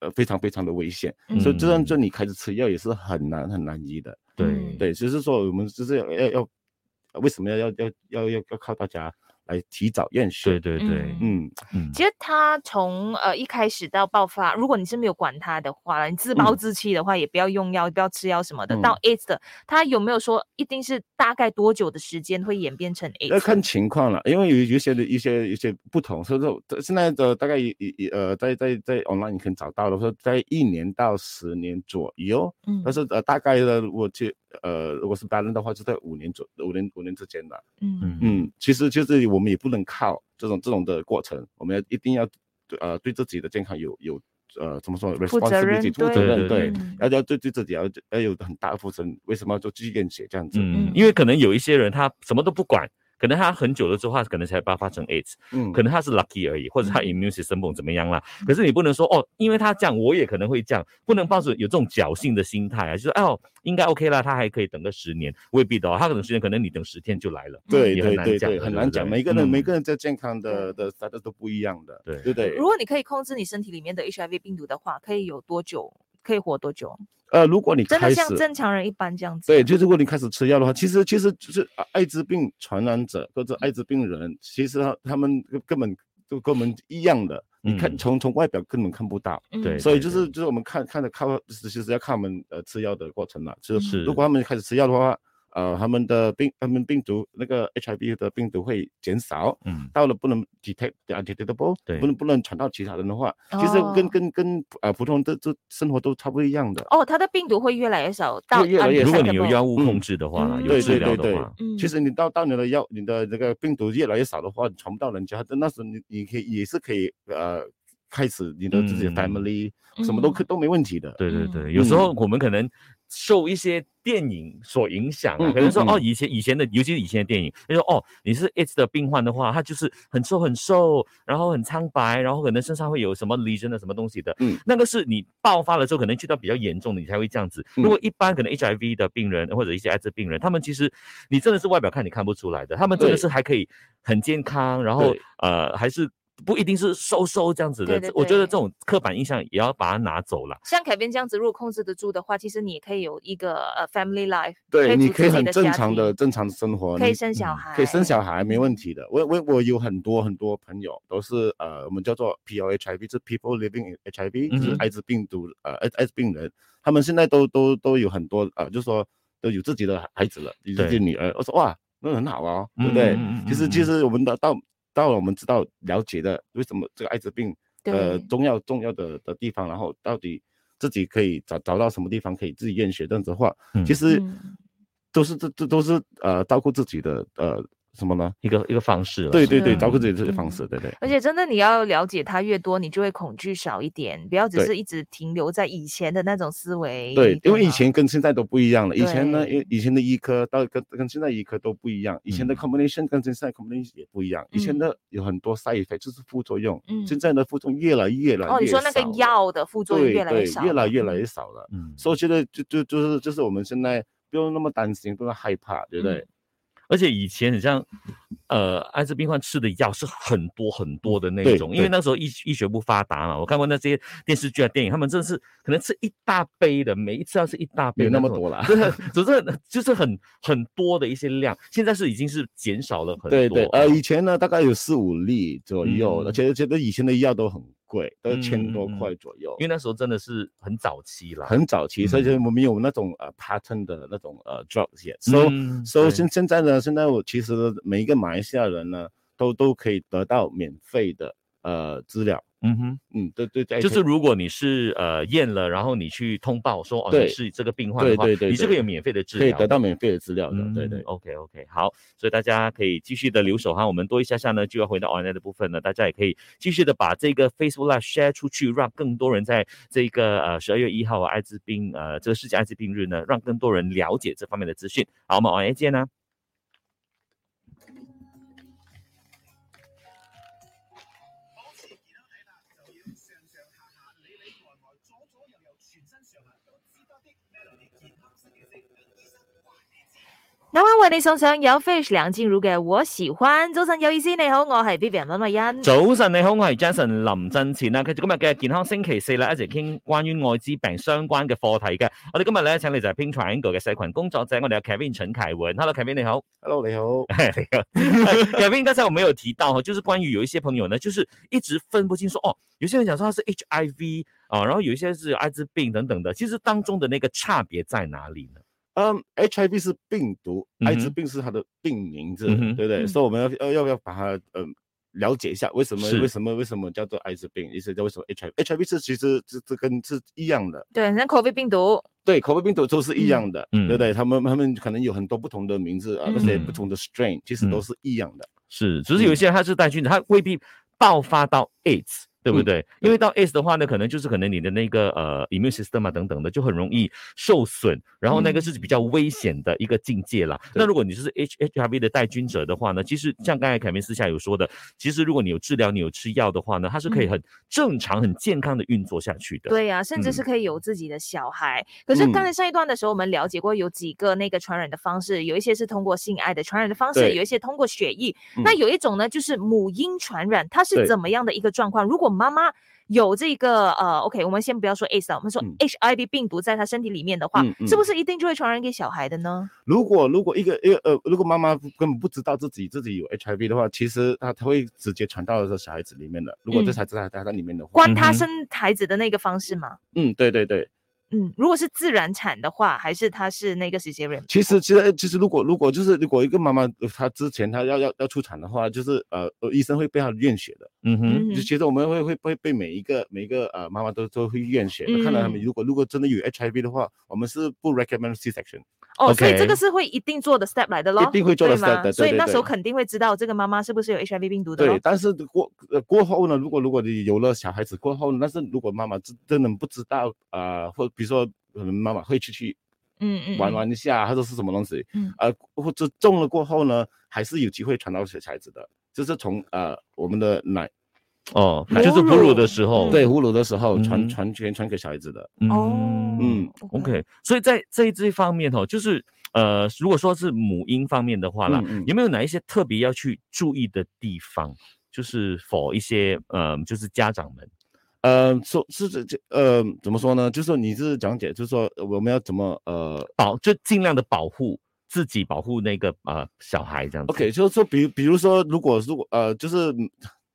[SPEAKER 3] 呃非常非常的危险，
[SPEAKER 2] 嗯
[SPEAKER 3] 所以就算就你开始吃药也是很难很难医的。
[SPEAKER 1] 对
[SPEAKER 2] 嗯
[SPEAKER 3] 呃对，就是说我们就是要要要为什么要要要要要要靠大家来提早验
[SPEAKER 1] 对
[SPEAKER 3] 血。
[SPEAKER 1] 对对，
[SPEAKER 3] 嗯，
[SPEAKER 1] 嗯，
[SPEAKER 2] 其实他从呃一开始到爆发，如果你是没有管他的话了，你自
[SPEAKER 3] 嗯
[SPEAKER 2] 暴自弃的话，也不要用药，不要吃药什么的。到 AIDS 的，他有没有说一定是大概多久的时间会演变成
[SPEAKER 3] 要
[SPEAKER 2] AIDS？
[SPEAKER 3] 看情况了，因为有有一些的一些一些不同，所以说现在的大概一一呃，在在在 online 你可以找到的，说在一年到十年左右，
[SPEAKER 2] 嗯
[SPEAKER 3] 但是呃大概的如果去呃如果是单人的话，就在五年左五年五年之间的。
[SPEAKER 2] 嗯
[SPEAKER 3] 嗯，其实就是我们也不能靠这种这种的过程，我们要一定要对呃对自己的健康有有呃怎么说
[SPEAKER 2] 负责任
[SPEAKER 3] responsibility 负责
[SPEAKER 1] 对对
[SPEAKER 3] 任，对
[SPEAKER 2] 嗯，
[SPEAKER 3] 要要对对自己要要有很大的负责任。为什么就继续验血这样子？
[SPEAKER 1] 嗯
[SPEAKER 2] 嗯，
[SPEAKER 1] 因为可能有一些人他什么都不管，可能他很久了之后，他可能才爆发成 AIDS，
[SPEAKER 3] 嗯，
[SPEAKER 1] 可能他是 lucky 而已，或者他
[SPEAKER 2] 嗯
[SPEAKER 1] immune system 不懂怎么样啦。可是你不能说哦，因为他这样，我也可能会这样，不能抱着有这种侥幸的心态啊，就是哦，应该 OK 啦，他还可以等个十年，未必的哦，他可能十年，可能你等十天就来了。
[SPEAKER 3] 对
[SPEAKER 1] 也很
[SPEAKER 3] 对
[SPEAKER 1] 难
[SPEAKER 3] 对
[SPEAKER 1] 讲
[SPEAKER 3] 对，
[SPEAKER 1] 的
[SPEAKER 3] 很
[SPEAKER 1] 对
[SPEAKER 3] 难
[SPEAKER 1] 不
[SPEAKER 3] 讲。
[SPEAKER 1] 对
[SPEAKER 3] 每个人每
[SPEAKER 1] 嗯
[SPEAKER 3] 个人在健康的的 status 都不一样的，
[SPEAKER 1] 对
[SPEAKER 3] 对不对
[SPEAKER 2] 如？果你可以控制你身体里面的 HIV 病毒的话，可以有多久？可以活多久？
[SPEAKER 3] 呃，如果你
[SPEAKER 2] 真的
[SPEAKER 3] 开始
[SPEAKER 2] 像正常人一般这样子？啊
[SPEAKER 3] 对，就如果你开始吃药的话，其实其实就是啊艾滋病传染者或者艾滋病人，其实他他们根本都跟我们一样的，你看
[SPEAKER 1] 嗯
[SPEAKER 3] 从从外表根本看不到。
[SPEAKER 2] 嗯
[SPEAKER 1] 对
[SPEAKER 3] 所以就是就是我们看看着靠，其实要看我们呃吃药的过程了。就是
[SPEAKER 1] 是
[SPEAKER 3] 如果他们开始吃药的话，呃，他们的病他们病毒那个 HIV 的病毒会减少，
[SPEAKER 1] 嗯，
[SPEAKER 3] 到了不能 detect u detectable，
[SPEAKER 1] 对
[SPEAKER 3] 不能不能传到其他人的话，其实
[SPEAKER 2] 哦
[SPEAKER 3] 跟跟跟呃普通的这生活都差不多一样的。
[SPEAKER 2] 哦，他的病毒会越来越少，到
[SPEAKER 3] 越来越
[SPEAKER 1] 如果
[SPEAKER 3] 少
[SPEAKER 1] 你有
[SPEAKER 2] undetectable
[SPEAKER 1] 药物
[SPEAKER 3] 嗯
[SPEAKER 1] 控制的话啦，
[SPEAKER 2] 嗯
[SPEAKER 1] 有
[SPEAKER 3] 对
[SPEAKER 1] 治
[SPEAKER 3] 对
[SPEAKER 1] 疗
[SPEAKER 3] 对
[SPEAKER 1] 的
[SPEAKER 3] 对
[SPEAKER 1] 话，，
[SPEAKER 2] 嗯
[SPEAKER 3] 其实你到到你的药，你的那个病毒越来越少的话，你传不到人家，那时候你你可以也是可以呃开始你的自己的
[SPEAKER 1] 嗯
[SPEAKER 3] family，、什么都可
[SPEAKER 2] 嗯
[SPEAKER 3] 都没问题的。
[SPEAKER 1] 对对
[SPEAKER 2] 嗯
[SPEAKER 1] 对，有时候我们可能受一些电影所影响啊，
[SPEAKER 3] 嗯
[SPEAKER 1] 可能说
[SPEAKER 3] 嗯嗯
[SPEAKER 1] 哦，以前以前的，尤其是以前的电影，就说哦，你是 AIDS 的病患的话，他就是很瘦很瘦，然后很苍白，然后可能身上会有什么 lesion 啊的什么东西的，
[SPEAKER 3] 嗯，
[SPEAKER 1] 那个是你爆发了之后，可能去到比较严重的，你才会这样子。
[SPEAKER 3] 嗯
[SPEAKER 1] 如果一般可能 HIV 的病人或者一些艾滋病人，他们其实你真的是外表看你看不出来的，他们真的
[SPEAKER 3] 对
[SPEAKER 1] 是还可以很健康，然后
[SPEAKER 3] 对
[SPEAKER 1] 呃还是。不一定是瘦瘦这样子的，
[SPEAKER 2] 对对
[SPEAKER 1] 我觉得
[SPEAKER 2] 对
[SPEAKER 1] 这种刻板印象也要把它拿走了。
[SPEAKER 2] 像凯边这样子，如果控制得住的话，其实你也可以有一个呃 family life，
[SPEAKER 3] 对，你
[SPEAKER 2] 组织
[SPEAKER 3] 可以
[SPEAKER 2] 自己
[SPEAKER 3] 很
[SPEAKER 2] 的
[SPEAKER 3] 正
[SPEAKER 2] 家
[SPEAKER 3] 常的
[SPEAKER 2] 庭，
[SPEAKER 3] 正常的生活，
[SPEAKER 2] 可以
[SPEAKER 3] 哦你
[SPEAKER 2] 生小
[SPEAKER 1] 嗯
[SPEAKER 2] 孩，
[SPEAKER 3] 可以生小孩，没问题的。我我我有很多很多朋友都是呃，我们叫做 PLHIV，就是 People Living in HIV，就是
[SPEAKER 1] 嗯哼
[SPEAKER 3] 艾滋病毒呃艾艾滋病人，他们现在都都都有很多呃，就说都有自己的孩子了，有自己
[SPEAKER 1] 对
[SPEAKER 3] 的女儿。我说哇，那很好啊，对
[SPEAKER 1] 嗯
[SPEAKER 3] 不对
[SPEAKER 1] 嗯嗯？
[SPEAKER 3] 其实
[SPEAKER 1] 嗯
[SPEAKER 3] 其
[SPEAKER 1] 嗯
[SPEAKER 3] 实我们的到到了我们知道了解的为什么这个艾滋病呃
[SPEAKER 2] 对
[SPEAKER 3] 重要重要的的地方，然后到底自己可以找找到什么地方可以自己验血这样子的话，
[SPEAKER 1] 嗯
[SPEAKER 3] 其实
[SPEAKER 2] 嗯
[SPEAKER 3] 都是这这都是呃照顾自己的呃什么呢？
[SPEAKER 1] 一个一个方式了。
[SPEAKER 3] 对对对，
[SPEAKER 2] 是啊
[SPEAKER 3] 照顾自己的这些方式，
[SPEAKER 2] 嗯
[SPEAKER 3] 对对。
[SPEAKER 2] 而且真的，你要了解它越多，你就会恐惧少一点，不要只
[SPEAKER 3] 对
[SPEAKER 2] 是一直停留在以前的那种思维。
[SPEAKER 3] 对，因为以
[SPEAKER 2] 吗
[SPEAKER 3] 前跟现在都不一样了。以前呢，
[SPEAKER 2] 啊对
[SPEAKER 3] 因以前的医科到跟跟现在医科都不一样，以前的
[SPEAKER 1] 嗯
[SPEAKER 3] combination 跟现在 combination 也不一样。以前
[SPEAKER 2] 嗯
[SPEAKER 3] 的有很多 side effect 就是副作用，
[SPEAKER 2] 嗯
[SPEAKER 3] 现在的副作用越来越来越少了。
[SPEAKER 2] 哦，你说那个药的副作用
[SPEAKER 3] 对
[SPEAKER 2] 越来
[SPEAKER 3] 对
[SPEAKER 2] 少了，
[SPEAKER 3] 越来越来
[SPEAKER 2] 嗯
[SPEAKER 3] 越少了。
[SPEAKER 1] 嗯，
[SPEAKER 3] 所以我觉得就就就是就是我们现在不用那么担心，不用害怕，对不
[SPEAKER 1] 嗯
[SPEAKER 3] 对？
[SPEAKER 1] 而且以前很像，呃，艾滋病患吃的药是很多很多的那
[SPEAKER 3] 对
[SPEAKER 1] 种，因为
[SPEAKER 3] 对
[SPEAKER 1] 那时候医医学不发达嘛，我看过那些电视剧啊、电影，他们真的是可能吃一大杯的，每一次要吃一大杯
[SPEAKER 3] 没有那么
[SPEAKER 1] 种
[SPEAKER 3] 多啦。
[SPEAKER 1] 对，总之很就是很很多的一些量，现在是已经是减少了很多。
[SPEAKER 3] 对对，呃，以前呢大概有四五粒左右，
[SPEAKER 1] 嗯
[SPEAKER 3] 而且觉得以前的药都很贵，都
[SPEAKER 1] 嗯
[SPEAKER 3] 一千
[SPEAKER 1] 嗯
[SPEAKER 3] 多
[SPEAKER 1] 嗯
[SPEAKER 3] 块左右
[SPEAKER 1] 因，为那时候真的是很早期啦，
[SPEAKER 3] 很早期，所以就
[SPEAKER 1] 嗯
[SPEAKER 3] 我们有那种呃 pattern 的那种呃 drugs 也。So
[SPEAKER 1] 嗯
[SPEAKER 3] so
[SPEAKER 1] 对
[SPEAKER 3] 现现在呢，现在我其实每一个马来西亚人呢，都都可以得到免费的呃资料，
[SPEAKER 1] 嗯哼，
[SPEAKER 3] 嗯，对对对，
[SPEAKER 1] 就是如果你是呃验了，然后你去通报说哦你
[SPEAKER 3] 对
[SPEAKER 1] 是这个病患的
[SPEAKER 3] 对
[SPEAKER 1] 话，
[SPEAKER 3] 对对
[SPEAKER 1] 你是
[SPEAKER 3] 对
[SPEAKER 1] 可以有免费的治
[SPEAKER 3] 可以
[SPEAKER 1] 疗
[SPEAKER 3] 得
[SPEAKER 1] 的
[SPEAKER 3] 到免费的资料的，对对。
[SPEAKER 1] ，OK OK，好，嗯所以大家可以继续的留守哈，我们多一下下呢就要回到 online 的部分了，大家也可以继续的把这个 Facebook Live share 出去，让更多人在这个呃十二月一号啊艾滋病呃这个世界艾滋病日呢，让更多人了解这方面的资讯。好，我们 online 见啦。
[SPEAKER 2] 啱啱為你送上有 Fish 梁靜茹嘅我喜歡。早晨有意思，你好，我係 Vivian 温慧欣。
[SPEAKER 1] 早晨，你好，我係 Jason 林振前啦。繼續今日嘅健康星期四啦，一齊傾關於艾滋病相關嘅課題嘅。我哋今日咧請嚟就係 Pink Triangle 嘅社群工作者，我哋有 Kevin 陳凱文。Hello，Kevin 你好。
[SPEAKER 3] Hello，你好。
[SPEAKER 1] Kevin 剛才我們有提到哈，哦就是關於有一些朋友呢，就是一直分不清說哦，有些人講說他是 HIV 啊，然後有一些是艾滋病等等的，其實當中的那個差別在哪裡呢？
[SPEAKER 3] 嗯、h i v 是病毒，艾
[SPEAKER 1] 嗯
[SPEAKER 3] 滋
[SPEAKER 1] 哼
[SPEAKER 3] 病是它的病名字，
[SPEAKER 1] 嗯哼
[SPEAKER 3] 对不对？
[SPEAKER 2] 嗯
[SPEAKER 3] 所以我们要要要不要把它嗯、了解一下，为什么
[SPEAKER 1] 是
[SPEAKER 3] 为什么为什么叫做艾滋病？意思叫为什么 HIV？HIV 是其实这这跟是一样的，
[SPEAKER 2] 對，像 COVID 病毒，
[SPEAKER 3] 对，口味病毒都是一样的，
[SPEAKER 1] 嗯
[SPEAKER 3] 对不对？他们他们可能有很多不同的名字啊，那些
[SPEAKER 1] 嗯
[SPEAKER 3] 不同的 strain 其实都是一样的。
[SPEAKER 1] 是，只是有一些人他是带菌的，他未必爆发到 AIDS，对不
[SPEAKER 3] 嗯
[SPEAKER 1] 对？因为到 AIDS 的话呢，可能就是可能你的那个呃 immune system 啊等等的，就很容易受损，然后那个
[SPEAKER 2] 嗯
[SPEAKER 1] 是比较危险的一个境界啦。
[SPEAKER 3] 对
[SPEAKER 1] 那如果你是 H HIV 的带菌者的话呢，其实像刚才凯明私下有说的，其实如果你有治疗，你有吃药的话呢，它是可以
[SPEAKER 2] 嗯
[SPEAKER 1] 很正常、很健康的运作下去的。
[SPEAKER 2] 对呀、甚
[SPEAKER 3] 嗯
[SPEAKER 2] 至是可以有自己的小孩。可是刚才上一段的时候，我们了解过有几个那个传染的方式，有一些是通过性爱的传染的方式，
[SPEAKER 3] 对嗯
[SPEAKER 2] 有一些通过血液。那有一种呢，就是母婴传染，它是
[SPEAKER 3] 对
[SPEAKER 2] 怎么样的一个状况？如果妈妈有这个呃，OK，我们先不要说 AIDS 啊，我们说
[SPEAKER 3] 嗯
[SPEAKER 2] HIV 病毒在她身体里面的话，
[SPEAKER 3] 嗯嗯
[SPEAKER 2] 是不是一定就会传染给小孩的呢？
[SPEAKER 3] 如果如果一个一个呃，如果妈妈根本不知道自己自己有 HIV 的话，其实她她会直接传到这小孩子里面的。如果
[SPEAKER 2] 嗯
[SPEAKER 3] 这小孩子还在在里面的话，
[SPEAKER 2] 关她
[SPEAKER 1] 嗯哼
[SPEAKER 2] 生孩子的那个方式吗？
[SPEAKER 3] 嗯，对对对。
[SPEAKER 2] 嗯，如果是自然产的话，还是她是那个 cesarean？
[SPEAKER 3] 其实呃其实其实如果如果就是如果一个妈妈呃她之前她要要要出产的话，就是呃呃医生会被她验血的。
[SPEAKER 1] 嗯哼。
[SPEAKER 2] 嗯
[SPEAKER 3] 就其实我们会会会被每一个每一个呃妈妈都都会验血的。看到他们
[SPEAKER 2] 嗯
[SPEAKER 3] 如果如果真的有 HIV 的话，我们是不 recommend C section。
[SPEAKER 2] 哦所以这
[SPEAKER 1] OK
[SPEAKER 2] 个是会一定做的 step 来的咯，
[SPEAKER 3] 一定会做的
[SPEAKER 2] 对吗
[SPEAKER 3] step 的对
[SPEAKER 2] 所以
[SPEAKER 3] 对
[SPEAKER 2] 那时候
[SPEAKER 3] 对
[SPEAKER 2] 肯定会知道这个妈妈是不是有 HIV 病毒的
[SPEAKER 3] 对
[SPEAKER 2] 咯，。
[SPEAKER 3] 但是过呃过后呢，如果如果你有了小孩子过后呢，但是如果妈妈真真的不知道啊、呃，或比如说可能妈妈会去去
[SPEAKER 2] 嗯嗯，嗯
[SPEAKER 3] 玩玩一下，或者是什么东西，
[SPEAKER 2] 嗯
[SPEAKER 3] 呃，或者中了过后呢，还是有机会传到小孩子的，就是从呃我们的奶
[SPEAKER 1] 哦，
[SPEAKER 2] 母
[SPEAKER 1] 就是哺乳
[SPEAKER 2] 乳
[SPEAKER 1] 的时候，
[SPEAKER 2] 嗯
[SPEAKER 3] 对哺乳的时候
[SPEAKER 1] 哦嗯哼
[SPEAKER 3] 传传全传给小孩子的，
[SPEAKER 2] 哦，
[SPEAKER 1] 嗯
[SPEAKER 3] 嗯
[SPEAKER 1] OK，所以在在这一方面哦，就是呃，如果说是母婴方面的话啦，
[SPEAKER 3] 嗯嗯
[SPEAKER 1] 有没有哪一些特别要去注意的地方？就是 for 一些呃，就是家长们，
[SPEAKER 3] 呃，说是这这呃怎么说呢？就是说你是讲解，就是说我们要怎么呃
[SPEAKER 1] 保就尽量的保护自己，保护那个呃小孩这样子。
[SPEAKER 3] OK，就是说，比如比如说，如果如果呃，就是嗯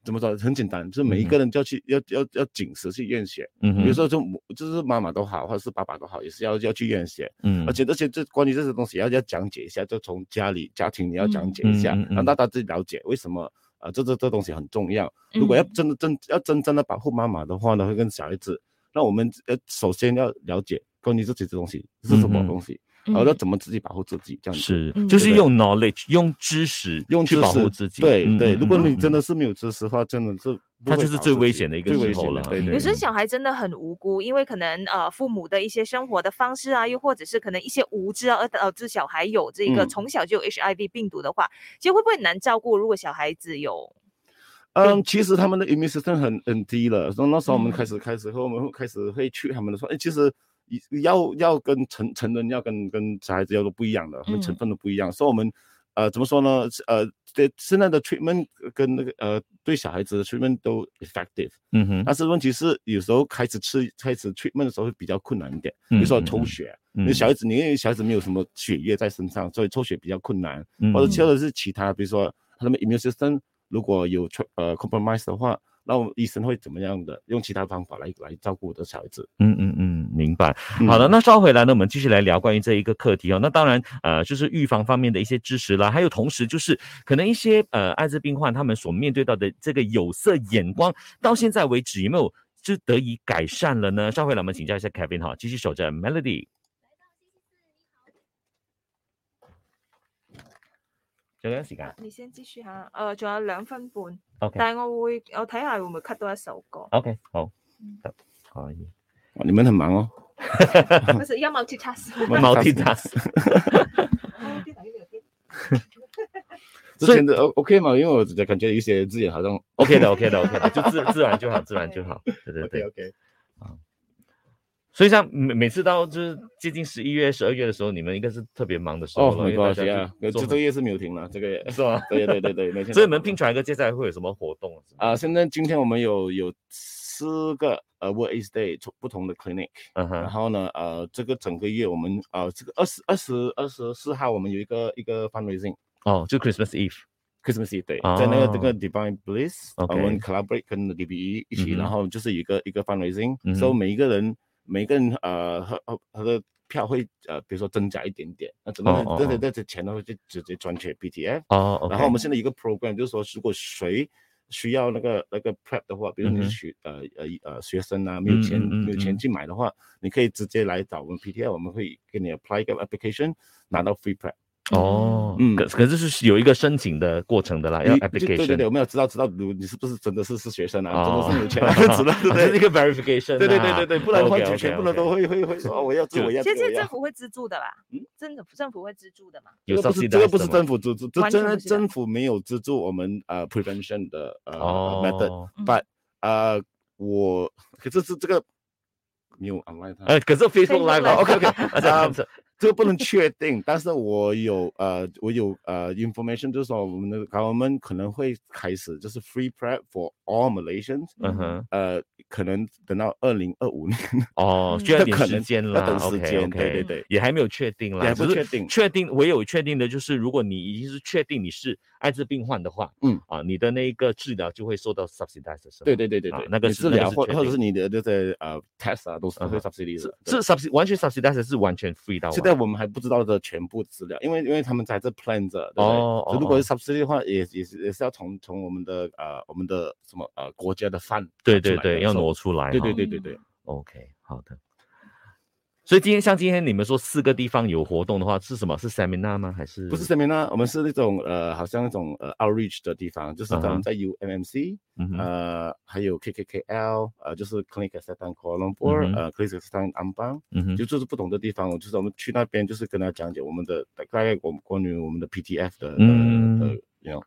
[SPEAKER 3] 怎么说，很简单，就是每一
[SPEAKER 1] 嗯
[SPEAKER 3] 个人就要去、要要要紧实去验血，
[SPEAKER 1] 嗯哼，
[SPEAKER 3] 比如说就母就是妈妈都好，或者是爸爸都好，也是要要去验血，
[SPEAKER 1] 嗯，
[SPEAKER 3] 而且而且这关于这些东西要要讲解一下，就从家里家庭你要讲解一下，
[SPEAKER 1] 嗯嗯嗯
[SPEAKER 3] 让大家自己了解为什么。呃，这这这东西很重要。
[SPEAKER 2] 嗯
[SPEAKER 3] 如
[SPEAKER 1] 嗯
[SPEAKER 3] 果要真的真要真正的保护妈妈的话呢，会跟小孩子，那我们呃首先要了解关于自己的东西是什
[SPEAKER 1] 嗯
[SPEAKER 3] 么
[SPEAKER 1] 哼
[SPEAKER 3] 东西，
[SPEAKER 2] 嗯
[SPEAKER 3] 然后要怎么自己保护自己这样子。
[SPEAKER 1] 是
[SPEAKER 2] 嗯
[SPEAKER 1] 就是
[SPEAKER 3] 对
[SPEAKER 1] 用 knowledge 用知识
[SPEAKER 3] 用
[SPEAKER 1] 去
[SPEAKER 3] 知
[SPEAKER 1] 保
[SPEAKER 3] 识
[SPEAKER 1] 护自己。
[SPEAKER 3] 对
[SPEAKER 1] 嗯
[SPEAKER 3] 对，
[SPEAKER 1] 嗯
[SPEAKER 3] 如果
[SPEAKER 1] 嗯
[SPEAKER 3] 你
[SPEAKER 1] 嗯
[SPEAKER 3] 真的是没有知识的话，真的是不
[SPEAKER 1] 它
[SPEAKER 3] 会
[SPEAKER 1] 就是
[SPEAKER 3] 保
[SPEAKER 1] 最
[SPEAKER 3] 自
[SPEAKER 1] 危
[SPEAKER 3] 己
[SPEAKER 1] 险的一个
[SPEAKER 3] 最
[SPEAKER 1] 时
[SPEAKER 3] 危
[SPEAKER 1] 候
[SPEAKER 3] 险的
[SPEAKER 1] 了
[SPEAKER 3] 对
[SPEAKER 2] 有
[SPEAKER 3] 对
[SPEAKER 1] 嗯。
[SPEAKER 2] 些小孩真的很无辜，因为可能呃父母的一些生活的方式啊，又或者是可能一些无知啊，而导致小孩有这个
[SPEAKER 3] 嗯
[SPEAKER 2] 从小就有 HIV 病毒的话，其实会不会很难照顾？如果小孩子有，
[SPEAKER 3] 嗯，其实他们的 immune system 很很低了，所以那时候我们开
[SPEAKER 2] 嗯
[SPEAKER 3] 始开始后，我们会开始会去他们的说，哎，其实一要要跟成成人要跟跟小孩子要都不一样的，他们成
[SPEAKER 2] 嗯
[SPEAKER 3] 分都不一样，所以我们呃怎么说呢？呃，对现在的 treatment 跟那个呃对小孩子的 treatment 都 effective，
[SPEAKER 1] 嗯哼，
[SPEAKER 3] 但是问题是有时候开始吃开始 treatment 的时候会比较困难一点，比
[SPEAKER 1] 嗯
[SPEAKER 3] 如说
[SPEAKER 1] 嗯
[SPEAKER 3] 抽
[SPEAKER 1] 嗯
[SPEAKER 3] 血。因为
[SPEAKER 1] 嗯
[SPEAKER 3] 小孩子，你因为小孩子没有什么血液在身上，所以抽血比较困难，
[SPEAKER 1] 嗯
[SPEAKER 3] 或者
[SPEAKER 1] 嗯
[SPEAKER 3] 或者是其他，比如说他们 immune system 如果有 tr- 呃 compromise 的话，那我们医生会怎么样的？用其他方法来来照顾我的小孩子。
[SPEAKER 1] 嗯嗯嗯，明白。好的，那稍回来呢，我们继续来聊关于这一个课题哦。那当然，呃，就是预防方面的一些知识啦，还有同时就是可能一些呃艾滋病患他们所面对到的这个有色眼光，到现在为止有没有就得以改善了呢？稍回来我们请教一下 Kevin 哈，继续守着 Melody。仲有時間
[SPEAKER 2] 你先继续下，呃，仲有两分半，
[SPEAKER 1] ，OK，
[SPEAKER 2] 但系我会我睇下会唔会 cut 到一首歌
[SPEAKER 1] OK，好
[SPEAKER 2] 嗯，
[SPEAKER 1] 得可以。
[SPEAKER 3] 哇你们很忙哦。
[SPEAKER 2] 不是音乐 t a s
[SPEAKER 1] multitask，
[SPEAKER 3] 之
[SPEAKER 1] 所以哦
[SPEAKER 3] 前的 O OK 嘛？因为我感觉有一些字眼好像哦
[SPEAKER 1] OK 的，OK 的，OK 的，就自自然就好，自然就好。对对
[SPEAKER 3] OK
[SPEAKER 1] 对。
[SPEAKER 3] OK。
[SPEAKER 1] 所以像每每次到就是接近十一月、十二月的时候，你们应该是特别忙的时候
[SPEAKER 3] 哦，
[SPEAKER 1] 了
[SPEAKER 3] 没
[SPEAKER 1] 因为大
[SPEAKER 3] 关
[SPEAKER 1] 家
[SPEAKER 3] 系啊，
[SPEAKER 1] 就
[SPEAKER 3] 这
[SPEAKER 1] 做
[SPEAKER 3] 这
[SPEAKER 1] 很
[SPEAKER 3] 个月是没有停了，这个月，
[SPEAKER 1] 是吧？
[SPEAKER 3] 对对对对，没 停。
[SPEAKER 1] 所以你们拼团跟接下来会有什么活动
[SPEAKER 3] 啊、现在今天我们有有四个呃 work is day 从不同的 clinic，
[SPEAKER 1] 嗯哼，
[SPEAKER 3] 然后呢呃这个整个月我们呃这个二十二十二十四号我们有一个一个 fundraising。
[SPEAKER 1] 哦，就 Christmas Eve，
[SPEAKER 3] Christmas Eve 对，在那个这
[SPEAKER 1] 哦
[SPEAKER 3] 个 Divine Bliss，、呃
[SPEAKER 1] OK
[SPEAKER 3] 我们 collaborate 跟 DBE 一
[SPEAKER 1] 嗯
[SPEAKER 3] 起，
[SPEAKER 1] 哼
[SPEAKER 3] 然后就是有一个一个 fundraising，所、
[SPEAKER 1] 嗯
[SPEAKER 3] 以、
[SPEAKER 1] 哼
[SPEAKER 3] 每一个人每一个人呃他他他的票会呃比如说增加一点点，那整个
[SPEAKER 1] 哦哦
[SPEAKER 3] 这些
[SPEAKER 1] 哦
[SPEAKER 3] 这些钱呢会就直接转去 PTF，、
[SPEAKER 1] 哦，OK，
[SPEAKER 3] 然后我们现在有一个 program 就是说如果谁需要那个那个 prep 的话，比如
[SPEAKER 1] 嗯
[SPEAKER 3] 你
[SPEAKER 1] 哼
[SPEAKER 3] 是学、呃呃呃学生啊，没有钱、
[SPEAKER 1] 嗯嗯嗯
[SPEAKER 3] 没有钱去买的话，你可以直接来找我们 PTF，我们会给你 apply 一个 application 拿到 free prep。
[SPEAKER 1] 哦，
[SPEAKER 3] 嗯
[SPEAKER 1] 可可是是有一个申请的过程的啦，要
[SPEAKER 3] 你就对对对，
[SPEAKER 1] application，
[SPEAKER 3] 我们要知道知道你你是不是真的是是学生啊，
[SPEAKER 1] 哦
[SPEAKER 3] 真的是有钱啊，知 道对不
[SPEAKER 1] 这是一个
[SPEAKER 3] 对？
[SPEAKER 1] verification，
[SPEAKER 3] 对对对
[SPEAKER 1] 啊
[SPEAKER 3] 对对，不然的话
[SPEAKER 1] OK，OK，OK
[SPEAKER 3] 全部人都会会会说哦我要这
[SPEAKER 1] 就
[SPEAKER 3] 我要
[SPEAKER 2] 其
[SPEAKER 3] 这
[SPEAKER 2] 实
[SPEAKER 3] 个我
[SPEAKER 2] 这政
[SPEAKER 3] 要。
[SPEAKER 2] 府会资助的啦，
[SPEAKER 3] 嗯，
[SPEAKER 2] 政府政府会资助的嘛。
[SPEAKER 1] 有
[SPEAKER 3] 这个不是
[SPEAKER 1] subsidized
[SPEAKER 3] 这个不是
[SPEAKER 1] 的吗
[SPEAKER 3] 政府资助，这
[SPEAKER 2] 完全
[SPEAKER 3] 真的
[SPEAKER 2] 不是的
[SPEAKER 3] 政府没有资助我们呃 prevention 的呃
[SPEAKER 1] 哦
[SPEAKER 3] method，but
[SPEAKER 2] 嗯
[SPEAKER 3] 呃我可是是这个没有 online 它
[SPEAKER 1] 呃，可是 Facebook
[SPEAKER 2] Facebook
[SPEAKER 1] Live 啊
[SPEAKER 2] Live
[SPEAKER 1] ，OK OK，啊，这样
[SPEAKER 3] 这个不能确定，但是我有呃，我有呃 information，就是说我们的 government 可能会开始就是 free prep for all Malaysians，
[SPEAKER 1] 嗯哼，
[SPEAKER 3] 呃，可能等到二零二五年，
[SPEAKER 1] 哦，需要
[SPEAKER 3] 要
[SPEAKER 1] 点
[SPEAKER 3] 可
[SPEAKER 1] 时
[SPEAKER 3] 能
[SPEAKER 1] 间
[SPEAKER 3] 要
[SPEAKER 1] 啦
[SPEAKER 3] 等时间
[SPEAKER 1] ，OK，OK
[SPEAKER 3] 对对对，
[SPEAKER 1] 也还没有确定啦，
[SPEAKER 3] 也还不
[SPEAKER 1] 只是
[SPEAKER 3] 确定
[SPEAKER 1] 确定唯有确定的就是，如果你已经是确定你是艾滋病患的话，
[SPEAKER 3] 嗯
[SPEAKER 1] 啊，你的那一个治疗就会受到 subsidized，是吗
[SPEAKER 3] 对对对对
[SPEAKER 1] 啊
[SPEAKER 3] 对，
[SPEAKER 1] 那个
[SPEAKER 3] 你
[SPEAKER 1] 是
[SPEAKER 3] 治
[SPEAKER 1] 那个
[SPEAKER 3] 疗
[SPEAKER 1] 是
[SPEAKER 3] 或
[SPEAKER 1] 确
[SPEAKER 3] 或者
[SPEAKER 1] 定
[SPEAKER 3] 是你的这些呃 test 啊，都是
[SPEAKER 1] 嗯
[SPEAKER 3] 会
[SPEAKER 1] 哼
[SPEAKER 3] subsidy 的。对
[SPEAKER 1] 是 subsid 完全 subsidized 是完全 free 到啊，
[SPEAKER 3] 现在我们还不知道的全部资料，因为因为他们在这 plan 着，对不对？
[SPEAKER 1] 哦
[SPEAKER 3] 所以
[SPEAKER 1] 哦
[SPEAKER 3] 如果
[SPEAKER 1] 哦
[SPEAKER 3] 是 subsidy 的话，也也是也是要从从我们的呃我们的什么呃国家的 fund
[SPEAKER 1] 对
[SPEAKER 3] 拿出
[SPEAKER 1] 对
[SPEAKER 3] 来
[SPEAKER 1] 对，
[SPEAKER 3] 的
[SPEAKER 1] 要
[SPEAKER 3] ，so-
[SPEAKER 1] 挪出来哈，
[SPEAKER 3] 对对对对
[SPEAKER 1] 哦
[SPEAKER 3] 对。
[SPEAKER 1] OK，好的。所以今天像今天你们说四个地方有活动的话，是什么？是 seminar 吗？还是
[SPEAKER 3] 不是 seminar，我们是那种呃，好像那种呃 outreach 的地方，就是咱
[SPEAKER 1] 嗯哼
[SPEAKER 3] 们在 UMMC，、
[SPEAKER 1] 嗯哼
[SPEAKER 3] 呃，还有 KKKL，呃，就是 Clinic Assistant k u a l a m
[SPEAKER 1] 嗯
[SPEAKER 3] p
[SPEAKER 1] 哼
[SPEAKER 3] 呃，Clinic Assistant Ambang，
[SPEAKER 1] 嗯哼
[SPEAKER 3] 就就是不同的地方，我就是我们去那边就是跟他讲解我们的大概我们关于我们的 PTF 的的
[SPEAKER 1] 嗯
[SPEAKER 3] 的 you know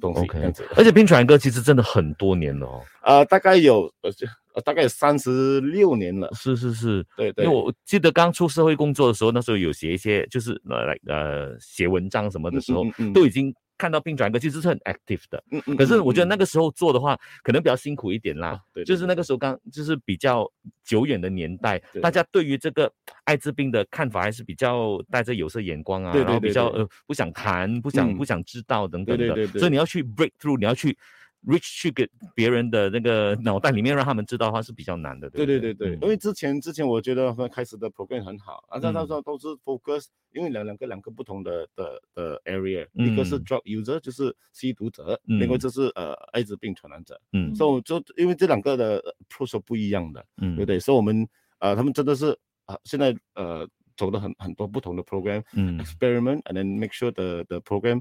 [SPEAKER 3] 东西这
[SPEAKER 1] OK
[SPEAKER 3] 样子，。
[SPEAKER 1] 而且冰泉哥其实真的很多年了哦，
[SPEAKER 3] 呃，大概有呃这呃大概有三十六年了，
[SPEAKER 1] 是是是，
[SPEAKER 3] 对对，
[SPEAKER 1] 因为我记得刚出社会工作的时候，那时候有写一些就是呃来呃写文章什么的时候，
[SPEAKER 3] 嗯嗯嗯
[SPEAKER 1] 都已经看到冰泉哥其实是很 active 的。
[SPEAKER 3] 嗯嗯
[SPEAKER 1] 可是我觉得那
[SPEAKER 3] 个
[SPEAKER 1] 个时候做的话，可能比较辛苦一点啦。
[SPEAKER 3] 对，
[SPEAKER 1] 就是那
[SPEAKER 3] 个
[SPEAKER 1] 个时候刚就是比较久远的年代，
[SPEAKER 3] 对
[SPEAKER 1] 大家对于这个艾滋病的看法还是比较带着有色眼光啊，
[SPEAKER 3] 对
[SPEAKER 1] 然后比
[SPEAKER 3] 对对
[SPEAKER 1] 较
[SPEAKER 3] 对
[SPEAKER 1] 呃不想谈、不想、不
[SPEAKER 3] 嗯
[SPEAKER 1] 想知道等等
[SPEAKER 3] 对
[SPEAKER 1] 的，
[SPEAKER 3] 对对
[SPEAKER 1] 所以
[SPEAKER 3] 对
[SPEAKER 1] 你要去 break through，你要去 reach 去给别人的那个脑袋里面让他们知道的话是比较难的，
[SPEAKER 3] 对
[SPEAKER 1] 对
[SPEAKER 3] 对
[SPEAKER 1] 不
[SPEAKER 3] 对对，因
[SPEAKER 1] 嗯
[SPEAKER 3] 为之前之前我觉得和开始的 program 很好，啊，但
[SPEAKER 1] 嗯
[SPEAKER 3] 到时候都是 focus，因为两两个两个不同的的的 area，、一个是
[SPEAKER 1] 嗯
[SPEAKER 3] drug user 就是吸毒者，另外
[SPEAKER 1] 嗯
[SPEAKER 3] 就是呃艾滋病传染者，
[SPEAKER 1] 嗯
[SPEAKER 3] 所以我就因为这两个的呃 approach 都不一样的，
[SPEAKER 1] 嗯，
[SPEAKER 3] 对不对？所以我们呃他们真的是啊、现在呃走了很很多不同的 program
[SPEAKER 1] 嗯
[SPEAKER 3] experiment and then make sure the the program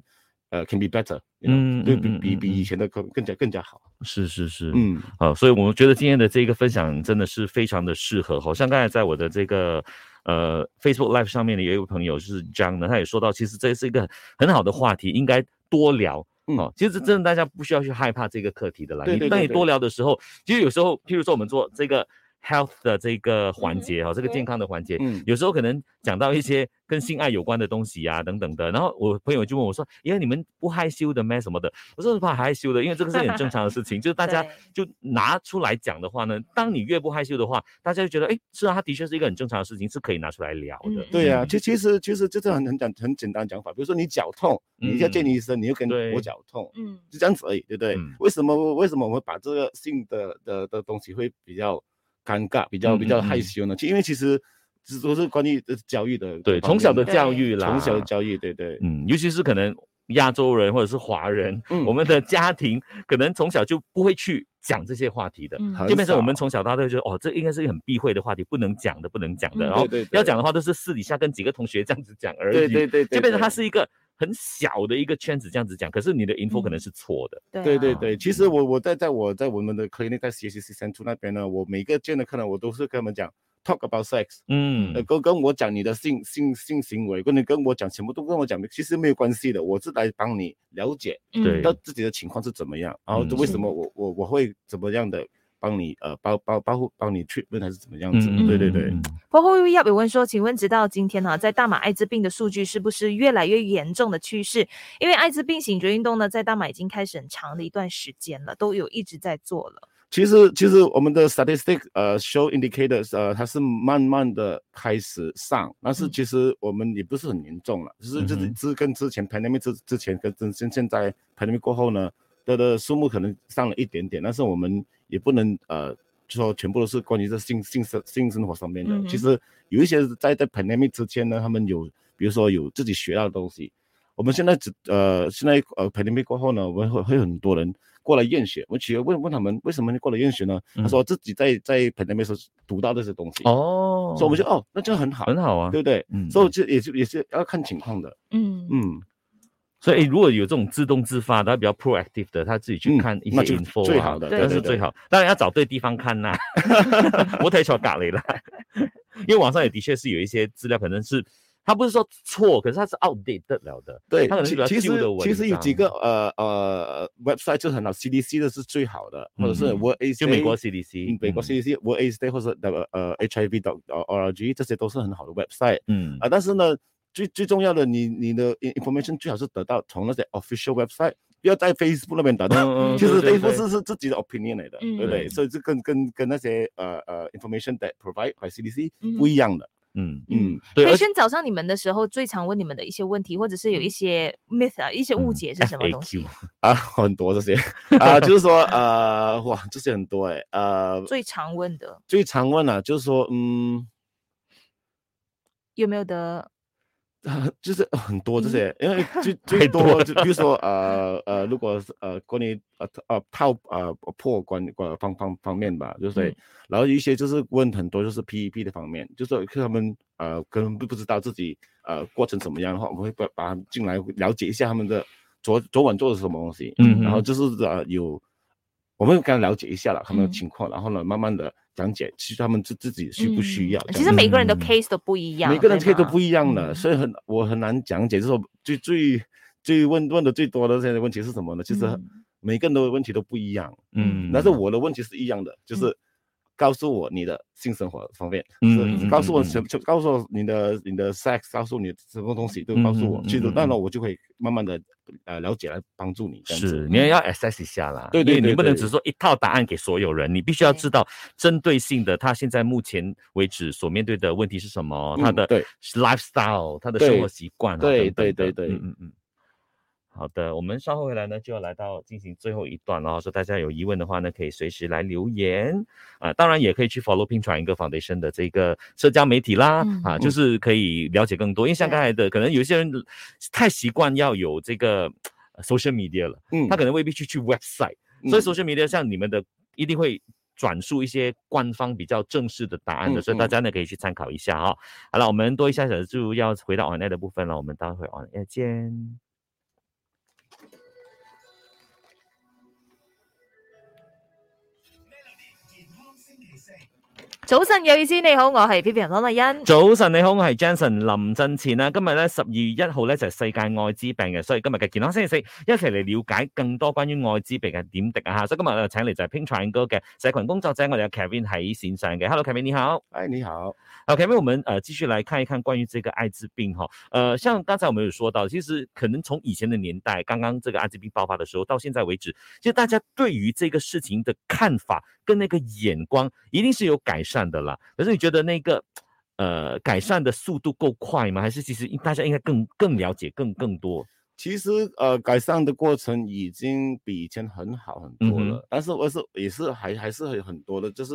[SPEAKER 3] 呃 can be better，you
[SPEAKER 1] 嗯
[SPEAKER 3] know，对比
[SPEAKER 1] 嗯
[SPEAKER 3] 比
[SPEAKER 1] 嗯
[SPEAKER 3] 比
[SPEAKER 1] 嗯
[SPEAKER 3] 以前的更更加更加好，
[SPEAKER 1] 是是是，
[SPEAKER 3] 嗯。
[SPEAKER 1] 啊，所以我们觉得今天的这个分享真的是非常的适合。好像刚才在我的这个呃 Facebook Live 上面呢，有一位朋友是 John 呢，他也说到，其实这是一个很好的话题，应该多聊。
[SPEAKER 3] 嗯
[SPEAKER 1] 哦，其实真的大家不需要去害怕这个课题的啦。
[SPEAKER 3] 对对
[SPEAKER 1] 你当
[SPEAKER 3] 对
[SPEAKER 1] 你
[SPEAKER 3] 对
[SPEAKER 1] 多聊的时候，其实有时候，譬如说我们做这个 health 的这个环
[SPEAKER 2] 嗯
[SPEAKER 1] 节哈、哦，这个
[SPEAKER 2] 对
[SPEAKER 1] 健康的环节，
[SPEAKER 3] 嗯
[SPEAKER 1] 有时候可能讲到一些跟性爱有关的东西呀、等等的，然后我朋友就问我说：“因为你们不害羞的咩什么的？”我说：“怕害羞的，因为这个是很正常的事情，就是大家
[SPEAKER 2] 对
[SPEAKER 1] 就拿出来讲的话呢，当你越不害羞的话，大家就觉得诶，是啊，它的确是一个很正常的事情，是可以拿出来聊的。
[SPEAKER 2] 嗯
[SPEAKER 3] 对呀、
[SPEAKER 1] 嗯
[SPEAKER 3] 其其实其实就是很很简很简单讲法，比如说你脚痛，你要见
[SPEAKER 1] 嗯
[SPEAKER 3] 医生，你就跟
[SPEAKER 1] 对
[SPEAKER 3] 我脚痛，
[SPEAKER 2] 嗯，
[SPEAKER 3] 就这样子而已，对不对？
[SPEAKER 1] 嗯
[SPEAKER 3] 为什么为什么我们把这个性的的的东西会比较尴尬，比较比
[SPEAKER 1] 嗯
[SPEAKER 3] 较
[SPEAKER 1] 嗯
[SPEAKER 3] 害
[SPEAKER 1] 嗯
[SPEAKER 3] 羞呢？其因为其实这都是关于呃教育的，
[SPEAKER 1] 对，从小的
[SPEAKER 2] 对
[SPEAKER 1] 教育啦，
[SPEAKER 3] 从小的教育，对对，
[SPEAKER 1] 嗯，尤其是可能亚洲人或者是华人，
[SPEAKER 3] 嗯
[SPEAKER 1] 我们的家庭可能从小就不会去讲这些话题的。
[SPEAKER 2] 嗯
[SPEAKER 3] 好
[SPEAKER 1] 就
[SPEAKER 3] 很
[SPEAKER 1] 变成我们
[SPEAKER 3] 少
[SPEAKER 1] 从小到大就觉得哦，这应该是一个很避讳的话题，不能讲的，不能讲的。
[SPEAKER 2] 嗯
[SPEAKER 1] 然后
[SPEAKER 3] 对对对
[SPEAKER 1] 要讲的话都是私底下跟几个同学这样子讲而已。
[SPEAKER 3] 对对对，
[SPEAKER 1] 就变成它
[SPEAKER 3] 他。
[SPEAKER 1] 是一个很小的一个圈子这样子讲，可是你的 info 可能是错的。
[SPEAKER 2] 对
[SPEAKER 3] 对
[SPEAKER 2] 啊
[SPEAKER 3] 对
[SPEAKER 1] 啊
[SPEAKER 3] 对，其实我我在在我在我们的 clinic 在 CCC 三处那边呢，我每个见的客人我都是跟他们讲 talk about sex，
[SPEAKER 1] 嗯
[SPEAKER 3] 呃，跟跟我讲你的性性性行为，跟你跟我讲，全部都跟我讲，其实没有关系的，我是来帮你了解
[SPEAKER 2] 嗯
[SPEAKER 1] 对
[SPEAKER 3] 到自己的情况是怎么样，然后
[SPEAKER 1] 嗯
[SPEAKER 3] 就为
[SPEAKER 2] 是
[SPEAKER 3] 什么我我我会怎么样的帮你呃包包包护帮你去问还是怎么样
[SPEAKER 1] 嗯
[SPEAKER 3] 子？
[SPEAKER 1] 嗯
[SPEAKER 3] 对对
[SPEAKER 1] 嗯
[SPEAKER 3] 对，
[SPEAKER 1] 嗯
[SPEAKER 2] 包括 V 要有问说，请问直到今天哈、在大马艾滋病的数据是不是越来越严重的趋势？因为艾滋病醒觉运动呢，在大马已经开始很长的一段时间了，都有一直在做了。
[SPEAKER 3] 其实其实我们的 statistic 呃 show indicators 呃它是慢慢的开始上，但是
[SPEAKER 2] 嗯
[SPEAKER 3] 其实我们也不是很严重了，就是就
[SPEAKER 1] 嗯
[SPEAKER 3] 是
[SPEAKER 1] 哼
[SPEAKER 3] 之跟之前 pandemic 之之前跟跟现现在 pandemic 过后呢，它的数目可能上了一点点，但是我们也不能呃。就说全部都是关于这性性生性生活上面的。
[SPEAKER 2] 嗯哼
[SPEAKER 3] 其实有一些在在 pandemic 之前呢，他们有比如说有自己学到的东西。我们现在只呃现在呃 pandemic 过后呢，我们会会很多人过来验血。我企业问问他们为什么过来验血呢？
[SPEAKER 1] 嗯
[SPEAKER 3] 他说自己在在 pandemic 时候读到这些东西，
[SPEAKER 1] 哦，
[SPEAKER 3] 所以我们就哦那就很好，
[SPEAKER 1] 很好啊，
[SPEAKER 3] 对不对？
[SPEAKER 1] 嗯
[SPEAKER 3] 所以
[SPEAKER 1] 嗯
[SPEAKER 3] 这也是也是要看情况的，
[SPEAKER 2] 嗯
[SPEAKER 3] 嗯，
[SPEAKER 1] 所以如果有这种自动自发的，他比较 proactive 的，他自己去
[SPEAKER 3] 嗯
[SPEAKER 1] 看一些
[SPEAKER 3] 那就
[SPEAKER 1] info，、啊、
[SPEAKER 3] 最好的
[SPEAKER 2] 对
[SPEAKER 1] 那
[SPEAKER 2] 对
[SPEAKER 1] 是最好。当然要找对地方看 啦、我睇错隔离啦，因为网上也的确是有一些资料，可能是他不是说错，可是他是 outdated 了的。
[SPEAKER 3] 对
[SPEAKER 1] 它可能是比较，
[SPEAKER 3] 其其
[SPEAKER 1] 旧
[SPEAKER 3] 实
[SPEAKER 1] 的文
[SPEAKER 3] 其实有几个
[SPEAKER 1] 章
[SPEAKER 3] 呃呃 website 就很好，CDC 的是最好的，或者是
[SPEAKER 1] 嗯
[SPEAKER 3] World A
[SPEAKER 1] 就美国 CDC，
[SPEAKER 3] 嗯美国
[SPEAKER 1] 嗯
[SPEAKER 3] CDC、World AIDS Day 或者呃呃 HIV dot org 这些都是很好的 website
[SPEAKER 1] 嗯
[SPEAKER 3] 啊、但是呢，最最重要的，你你的 in- information 最好是得到从那些 official website，不要在 Facebook 那边得到。
[SPEAKER 1] 嗯
[SPEAKER 3] 其实
[SPEAKER 1] 对对
[SPEAKER 3] Facebook 是是自己的 opinion 来的，
[SPEAKER 2] 嗯
[SPEAKER 3] 对不对？
[SPEAKER 1] 对
[SPEAKER 3] 所以这跟跟跟那些呃呃 information that provide by CDC
[SPEAKER 2] 嗯
[SPEAKER 3] 不一样的。
[SPEAKER 1] 嗯
[SPEAKER 3] 嗯，
[SPEAKER 1] 对，
[SPEAKER 2] 培
[SPEAKER 1] 而且
[SPEAKER 2] 训找上你们的时候，最常问你们的一些问题，或者是有一
[SPEAKER 3] 嗯
[SPEAKER 2] 些 myth 啊，一些误解是什么东西？
[SPEAKER 1] FAQ
[SPEAKER 3] 啊，很多这些啊、就是说呃，哇，这些很多哎、呃，
[SPEAKER 2] 最常问的
[SPEAKER 3] 最常问啊，就是说嗯，
[SPEAKER 2] 有没有的？
[SPEAKER 3] 啊 就是很多这
[SPEAKER 2] 嗯
[SPEAKER 3] 些， 因为最
[SPEAKER 1] 太
[SPEAKER 3] 最
[SPEAKER 1] 多
[SPEAKER 3] 多就比如说呃呃，如果是呃关于呃呃套呃破关呃方方方面吧，就是、
[SPEAKER 2] 嗯
[SPEAKER 3] 然后一些就是问很多就是 PEP 的方面，就是说看他们呃可能不不知道自己呃过程怎么样的话，我们会把把他们进来了解一下他们的昨昨晚做了什么东西，
[SPEAKER 1] 嗯
[SPEAKER 3] 然后
[SPEAKER 1] 哼
[SPEAKER 3] 就是呃有我们跟他了解一下了他们的
[SPEAKER 2] 嗯
[SPEAKER 3] 情况，然后呢慢慢的讲解，其实他们自自己需不需要
[SPEAKER 2] 嗯
[SPEAKER 3] 这样子。
[SPEAKER 2] 其实每个人的
[SPEAKER 1] 嗯
[SPEAKER 2] case 都不一样，
[SPEAKER 3] 每个人
[SPEAKER 2] 对
[SPEAKER 3] 可以都
[SPEAKER 2] 吗
[SPEAKER 3] 不一样的，
[SPEAKER 2] 嗯
[SPEAKER 3] 所以很我很难讲解。就是说最最最问问的最多的这些问题是什么呢？其实
[SPEAKER 2] 嗯
[SPEAKER 3] 每个人的问题都不一样，
[SPEAKER 1] 嗯，
[SPEAKER 3] 但是我的问题是一样的，就是告诉我你的性生活方面，
[SPEAKER 1] 嗯
[SPEAKER 3] 是
[SPEAKER 1] 嗯
[SPEAKER 3] 告诉我
[SPEAKER 1] 嗯嗯
[SPEAKER 3] 什么，就告诉我你的你的 sex，告诉你什么东西都告诉我
[SPEAKER 1] 嗯嗯，嗯
[SPEAKER 3] 其实
[SPEAKER 1] 嗯
[SPEAKER 3] 那
[SPEAKER 1] 嗯
[SPEAKER 3] 呢我就会慢慢的呃了解来帮助你这样
[SPEAKER 1] 是
[SPEAKER 3] 子。
[SPEAKER 1] 你也要 assess 一下啦，
[SPEAKER 3] 对
[SPEAKER 1] 因为
[SPEAKER 3] 对对
[SPEAKER 1] 你不能
[SPEAKER 3] 对
[SPEAKER 1] 只说一套答案给所有人，你必须要
[SPEAKER 2] 对
[SPEAKER 1] 知道针对性的他现在目前为止所面对的问题是什么，他
[SPEAKER 3] 嗯
[SPEAKER 1] 的
[SPEAKER 3] 对
[SPEAKER 1] lifestyle，他的
[SPEAKER 3] 对
[SPEAKER 1] 生活习惯啊，
[SPEAKER 3] 对
[SPEAKER 1] 等等
[SPEAKER 3] 对
[SPEAKER 1] 的
[SPEAKER 3] 对对
[SPEAKER 1] 嗯嗯嗯。好的，我们稍后回来呢，就要来到进行最后一段了。哦说大家有疑问的话呢，可以随时来留言啊、当然也可以去 follow Pin 传一个 Foundation 的这个社交媒体啦，
[SPEAKER 2] 嗯
[SPEAKER 1] 啊，就是可以了解更多。因为像
[SPEAKER 2] 对
[SPEAKER 1] 刚才的，可能有一些人太习惯要有这个呃 social media 了。
[SPEAKER 3] 嗯，
[SPEAKER 1] 他可能未必去去 website，、
[SPEAKER 3] 嗯
[SPEAKER 1] 所以 social media 像你们的一定会转述一些官方比较正式的答案的，
[SPEAKER 3] 嗯
[SPEAKER 1] 所以大
[SPEAKER 3] 嗯
[SPEAKER 1] 家呢可以去参考一下哈、好了，我们多一下小就要回到 on air 的部分了，我们待会 on air 见。
[SPEAKER 2] 早晨有意思，你好，我系 P P 人方丽欣。
[SPEAKER 1] 早晨，你好，我系 Jensen 林振前啦。今日咧十二月一號咧就係世界艾滋病嘅，所以今日嘅健康星期四一齊嚟了解更多關於艾滋病嘅點滴啊吓。所以今日我哋請嚟就係 Pink Triangle 嘅社群工作者，我哋有 Kevin 喺線上嘅。Hello，Kevin 你好。
[SPEAKER 3] 哎你好，
[SPEAKER 1] OK，那我们呃继续来看一看关于这个艾滋病哈，呃，像刚才我们有说到，其实可能从以前的年代，刚刚这个艾滋病爆发的时候，到现在为止，其实大家对于这个事情的看法跟那个眼光一定是有改善的啦。可是你觉得那个呃改善的速度够快吗？还是其实大家应该更更了解更更多？
[SPEAKER 3] 其实呃，改善的过程已经比以前很好很
[SPEAKER 1] 嗯
[SPEAKER 3] 多
[SPEAKER 1] 哼
[SPEAKER 3] 了，但是我是也是还还是有很多的，就是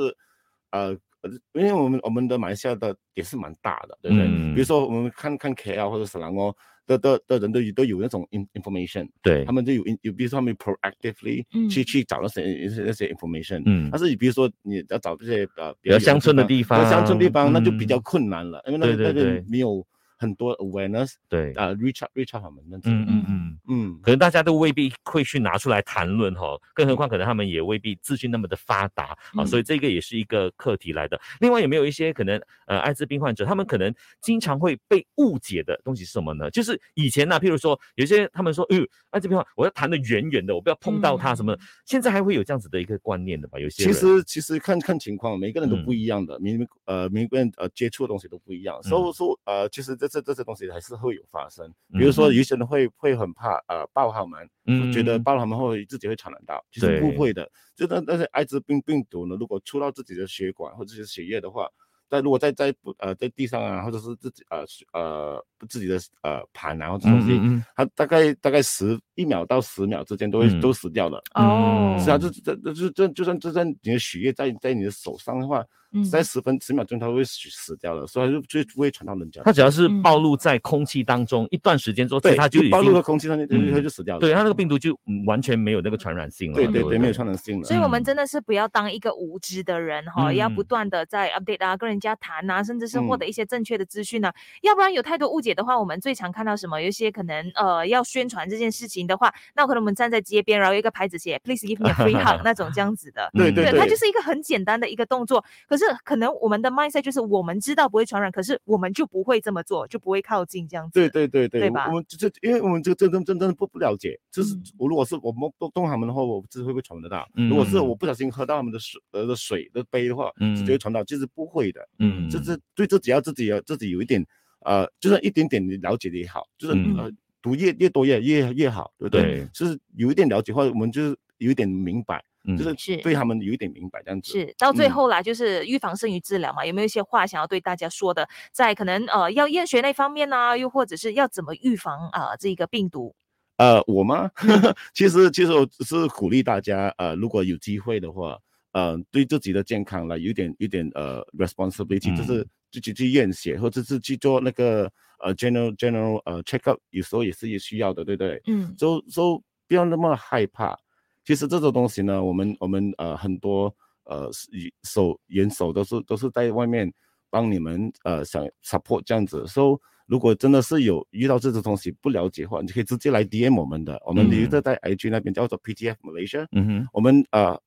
[SPEAKER 3] 呃，呃因为我们我们的马来西亚的也是蛮大的，对不对？比
[SPEAKER 1] 嗯
[SPEAKER 3] 如说我们看看 KL 或者是兰哦的的的人都有都有那种 in- information，
[SPEAKER 1] 对
[SPEAKER 3] 他，们都有 in- 有，比如说他们 proactively
[SPEAKER 2] 嗯
[SPEAKER 3] 去、去找那些那些 information，、
[SPEAKER 1] 嗯
[SPEAKER 3] 但是你比如说你要找这些呃
[SPEAKER 1] 比
[SPEAKER 3] 比
[SPEAKER 1] 较
[SPEAKER 3] 较
[SPEAKER 1] 乡村的地
[SPEAKER 3] 比较乡村地
[SPEAKER 1] 方
[SPEAKER 3] 方，那就比较
[SPEAKER 1] 嗯
[SPEAKER 3] 困难了，因为那
[SPEAKER 1] 对
[SPEAKER 3] 那
[SPEAKER 1] 对
[SPEAKER 3] 边
[SPEAKER 1] 对
[SPEAKER 3] 没有很多 awareness。
[SPEAKER 1] 对，
[SPEAKER 3] 呃 reach out reach out 他们那种。
[SPEAKER 1] 嗯嗯嗯。
[SPEAKER 3] 嗯
[SPEAKER 1] 可能大家都未必会去拿出来谈论哈，更何况可能他们也未必资讯那么的发达啊，
[SPEAKER 2] 嗯
[SPEAKER 1] 所以这个也是一个课题来的。另外有没有一些可能呃艾滋病患者，他们可能经常会被误解的东西是什么呢？就是以前呢、譬如说有些他们说，哎、呦，艾滋病患我要谈的远远的，我不要碰到他什么的，现在还会有这样子的一个观念的吧？有些
[SPEAKER 3] 其
[SPEAKER 1] 人
[SPEAKER 3] 实其实看看情况，每个人都
[SPEAKER 1] 嗯
[SPEAKER 3] 不一样的，每每呃每个人呃接触的东西都不一样，所以
[SPEAKER 1] 嗯
[SPEAKER 3] 说呃其实这这这些东西还是会有发生。比如说有些人会会很怕呃抱他们，
[SPEAKER 1] 嗯
[SPEAKER 3] 觉得抱他们会自己会传染到，其实不
[SPEAKER 1] 对
[SPEAKER 3] 会的。就那那些艾滋病病毒呢，如果出到自己的血管或者是血液的话，在如果在在呃在地上啊，或者是自己呃水呃自己的呃盘啊或者东西，
[SPEAKER 1] 嗯嗯
[SPEAKER 3] 它大概大概十一秒到十秒之间都会、
[SPEAKER 1] 嗯
[SPEAKER 3] 都死掉了。
[SPEAKER 2] 哦，
[SPEAKER 3] 是啊，就这这就这就算就算你的血液在在你的手上的话，
[SPEAKER 1] 嗯
[SPEAKER 3] 在
[SPEAKER 2] 嗯
[SPEAKER 3] 十分十秒钟它会死死掉了，所以它就就不会传到人家。
[SPEAKER 1] 他只要是
[SPEAKER 2] 嗯
[SPEAKER 1] 暴露在空气当中、一段时间之后，其实
[SPEAKER 3] 对，
[SPEAKER 1] 他就已
[SPEAKER 3] 暴露
[SPEAKER 1] 经嗯
[SPEAKER 3] 了空气上面，它就它就死掉了。
[SPEAKER 1] 对他那个病毒就嗯完全没有那个传染性了嘛。
[SPEAKER 3] 对
[SPEAKER 1] 对
[SPEAKER 3] 对
[SPEAKER 1] 不
[SPEAKER 3] 对，没有传染性了。
[SPEAKER 2] 所以，我们
[SPEAKER 1] 嗯
[SPEAKER 2] 真的是不要当一个无知的人哈、要不
[SPEAKER 1] 嗯
[SPEAKER 2] 断的在 update 啊，跟人家谈啊，甚至是获
[SPEAKER 3] 嗯
[SPEAKER 2] 得一些正确的资讯啊、要不然有太多误解的话，我们最常看到什么？有一些可能呃要宣传这件事情的话，那可能我们站在街边，然后有一个牌子写 “Please give me a free hug” 那种这样子的。
[SPEAKER 3] 对对
[SPEAKER 1] 嗯
[SPEAKER 2] 它就是一个很简单的一个动作，可是可能我们的 mindset 就是我们知道不会传染，可是我们就不会这么做，就不会靠近这样子。
[SPEAKER 3] 对对对对，
[SPEAKER 2] 对
[SPEAKER 3] 我
[SPEAKER 2] 吧
[SPEAKER 3] 我们这这，因为我们这个真真真真的不不了解，就是
[SPEAKER 2] 嗯
[SPEAKER 3] 我如果是我们不动他们的话，我不知会不会传得到。如果是
[SPEAKER 1] 嗯
[SPEAKER 3] 我不小心喝到他们的水呃的水的杯的话，
[SPEAKER 1] 嗯
[SPEAKER 3] 是绝对传到，其实不会的。
[SPEAKER 1] 嗯
[SPEAKER 3] 这这对自己要自己有自己有一点呃，就算一点点的了解的也好，就是
[SPEAKER 1] 嗯
[SPEAKER 3] 呃读越越多越越越好，对不对
[SPEAKER 1] 对？
[SPEAKER 3] 就是有一点了解或者我们就是有一点明白，
[SPEAKER 1] 嗯
[SPEAKER 3] 就是
[SPEAKER 2] 是
[SPEAKER 3] 对他们有一点明白这样子。
[SPEAKER 2] 是，到最
[SPEAKER 3] 嗯
[SPEAKER 2] 后啦，就是预防胜于治疗嘛。有没有一些话想要对大家说的？在可能呃要验血那方面呢、又或者是要怎么预防啊、呃、这个病毒？
[SPEAKER 3] 呃，我吗？
[SPEAKER 1] 嗯
[SPEAKER 3] 其实，其实我只是鼓励大家，呃，如果有机会的话，呃，对自己的健康来有点有点呃 responsibility，、就
[SPEAKER 1] 嗯
[SPEAKER 3] 是自己去验血，或者是去做那个呃 general general 呃 check up，有时候也是也需要的，对不对？
[SPEAKER 2] 嗯
[SPEAKER 3] 就就不要那么害怕。其实这种东西呢，我们我们呃很多呃是以手人手都是都是在外面帮你们呃想 support 这样子。so 如果真的是有遇到这种东西不了解的话，你可以直接来 DM 我们的，我们
[SPEAKER 1] 嗯
[SPEAKER 3] 留着在 IG 那边叫做 PTF Malaysia。
[SPEAKER 1] 嗯哼
[SPEAKER 3] 我们呃，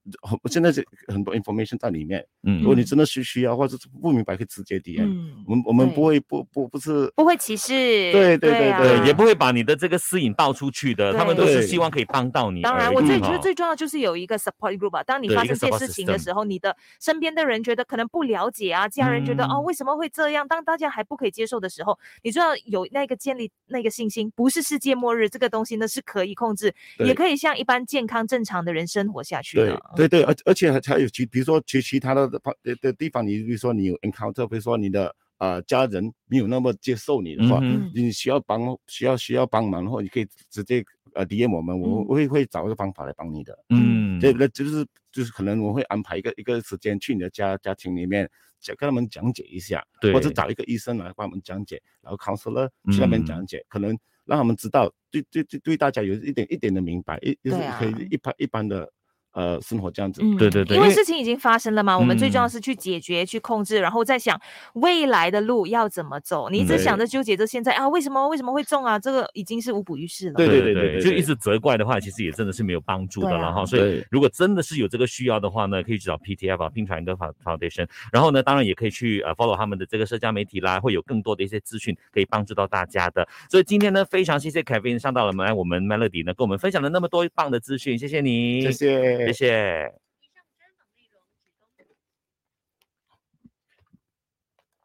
[SPEAKER 3] 现在是很多 information 在里面。
[SPEAKER 1] 嗯
[SPEAKER 3] 如果你真的需需要或者是不明白，可以直接 DM。
[SPEAKER 2] 嗯，
[SPEAKER 3] 我们我们
[SPEAKER 2] 对
[SPEAKER 3] 不会不不不是
[SPEAKER 2] 不会歧视。
[SPEAKER 3] 对对对
[SPEAKER 1] 对，
[SPEAKER 2] 啊
[SPEAKER 1] 也不会把你的这个私隐爆出去的，他们都
[SPEAKER 3] 对
[SPEAKER 1] 是希望可以帮到你而已。
[SPEAKER 2] 当然，我最
[SPEAKER 1] 嗯
[SPEAKER 2] 觉得
[SPEAKER 1] 哦
[SPEAKER 2] 最重要就是有一个 support group 吧。当你
[SPEAKER 1] 对
[SPEAKER 2] 发
[SPEAKER 1] 一个
[SPEAKER 2] 生这些
[SPEAKER 1] support
[SPEAKER 2] 事情的
[SPEAKER 1] system
[SPEAKER 2] 时候，你的身边的人觉得可能不了解啊，家人觉得、哦
[SPEAKER 1] 嗯
[SPEAKER 2] 为什么会这样？当大家还不可以接受的时候，你就要有那个建立那个信心，不是世界末日，这个东西呢是可以控制，也
[SPEAKER 3] 对
[SPEAKER 2] 可以像一般健康正常的人生活下去
[SPEAKER 3] 对
[SPEAKER 2] 的。
[SPEAKER 3] 对对，而而且还还有其，比如说其其他的方的的地方，你比如说你有 encounter，比如说你的呃家人没有那么接受你的话，
[SPEAKER 1] 嗯
[SPEAKER 3] 你需要帮需要需要帮忙的话，你可以直接呃 DM 我们，我
[SPEAKER 2] 嗯
[SPEAKER 3] 会会找一个方法来帮你的。
[SPEAKER 1] 嗯
[SPEAKER 3] 对，那就是就是可能我会安排一个一个时间去你的家家庭里面。讲跟他们讲解一下，
[SPEAKER 1] 对，
[SPEAKER 3] 或者找一个医生来帮我们讲解，然后 counselor 去那边
[SPEAKER 1] 嗯
[SPEAKER 3] 讲解，可能让他们知道，对对对对，大家有一点一点的明白，一就是
[SPEAKER 2] 对啊
[SPEAKER 3] 可以一般一般的呃生活这样子。
[SPEAKER 2] 嗯
[SPEAKER 1] 对对对因
[SPEAKER 2] 因为
[SPEAKER 1] 为
[SPEAKER 2] 事情已经发生了嘛，我们最重要
[SPEAKER 1] 嗯
[SPEAKER 2] 是去解决、去控制，然后再想未来的路要怎么走。你一直
[SPEAKER 3] 对
[SPEAKER 2] 想着纠结着现在啊，为什么为什么会中啊？这个已经是无补于事了。
[SPEAKER 3] 对
[SPEAKER 1] 对
[SPEAKER 3] 对对对
[SPEAKER 1] 就
[SPEAKER 3] 对
[SPEAKER 1] 一直责怪的话，其实也真的是没有帮助的
[SPEAKER 2] 对啊
[SPEAKER 1] 了哈。所以
[SPEAKER 3] 对
[SPEAKER 1] 如果真的是有这个需要的话呢，可以去找 PTF 啊，拼团跟 Fo- Foundation，然后呢，当然也可以去呃 follow 他们的这个社交媒体啦，会有更多的一些资讯可以帮助到大家的。所以今天呢，非常谢谢 Kevin 上到了我们哎来我们 Melody 呢，跟我们分享了那么多棒的资讯，谢谢你，
[SPEAKER 3] 谢，谢，
[SPEAKER 1] 谢谢。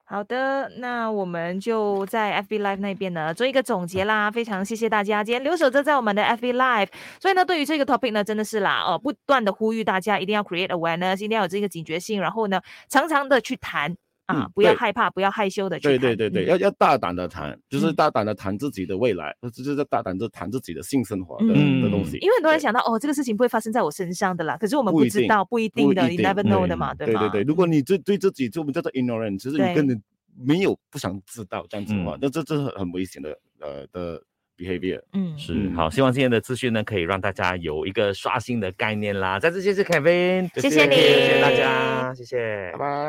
[SPEAKER 2] 好的，那我们就在 FB Live 那边呢做一个总结啦。非常谢谢大家今天留守着在我们的 FB Live。所以呢，对于这个 topic 呢，真的是啦，呃，不断的呼吁大家一定要 create awareness，一定要有这个警觉性，然后呢，常常的去谈啊，
[SPEAKER 3] 嗯
[SPEAKER 2] 不要
[SPEAKER 3] 对
[SPEAKER 2] 害怕，不要害羞的去
[SPEAKER 3] 对
[SPEAKER 2] 谈。
[SPEAKER 3] 对对对，
[SPEAKER 2] 嗯
[SPEAKER 3] 要要大胆的谈，就是
[SPEAKER 2] 嗯
[SPEAKER 3] 大胆的谈自己的未来，呃就是大胆的谈自己的性生活的、
[SPEAKER 1] 嗯
[SPEAKER 3] 的东西。
[SPEAKER 2] 因为很多人
[SPEAKER 3] 对
[SPEAKER 2] 想到哦，这个事情不会发生在我身上的啦，可是我们
[SPEAKER 3] 不
[SPEAKER 2] 不
[SPEAKER 3] 一
[SPEAKER 2] 知
[SPEAKER 3] 定
[SPEAKER 2] 道，不一定
[SPEAKER 3] 不
[SPEAKER 2] 的，
[SPEAKER 3] 一
[SPEAKER 2] 你 never
[SPEAKER 3] 定嗯
[SPEAKER 2] know 的
[SPEAKER 1] 对
[SPEAKER 2] 嘛，对
[SPEAKER 3] 对
[SPEAKER 2] 吗？
[SPEAKER 3] 对对，如果你对对自己，就我们叫做 ignorant，就是
[SPEAKER 2] 对
[SPEAKER 3] 你根本没有不想知道这样子的话
[SPEAKER 1] 嗯，
[SPEAKER 3] 那这这是很危险的呃的 behavior。
[SPEAKER 2] 嗯，
[SPEAKER 1] 是
[SPEAKER 3] 嗯
[SPEAKER 1] 好，希望今天的资讯呢，可以让大家有一个刷新的概念啦。再次谢谢 Kevin，
[SPEAKER 2] 谢谢你
[SPEAKER 1] 谢谢大家，谢谢，
[SPEAKER 3] 拜拜。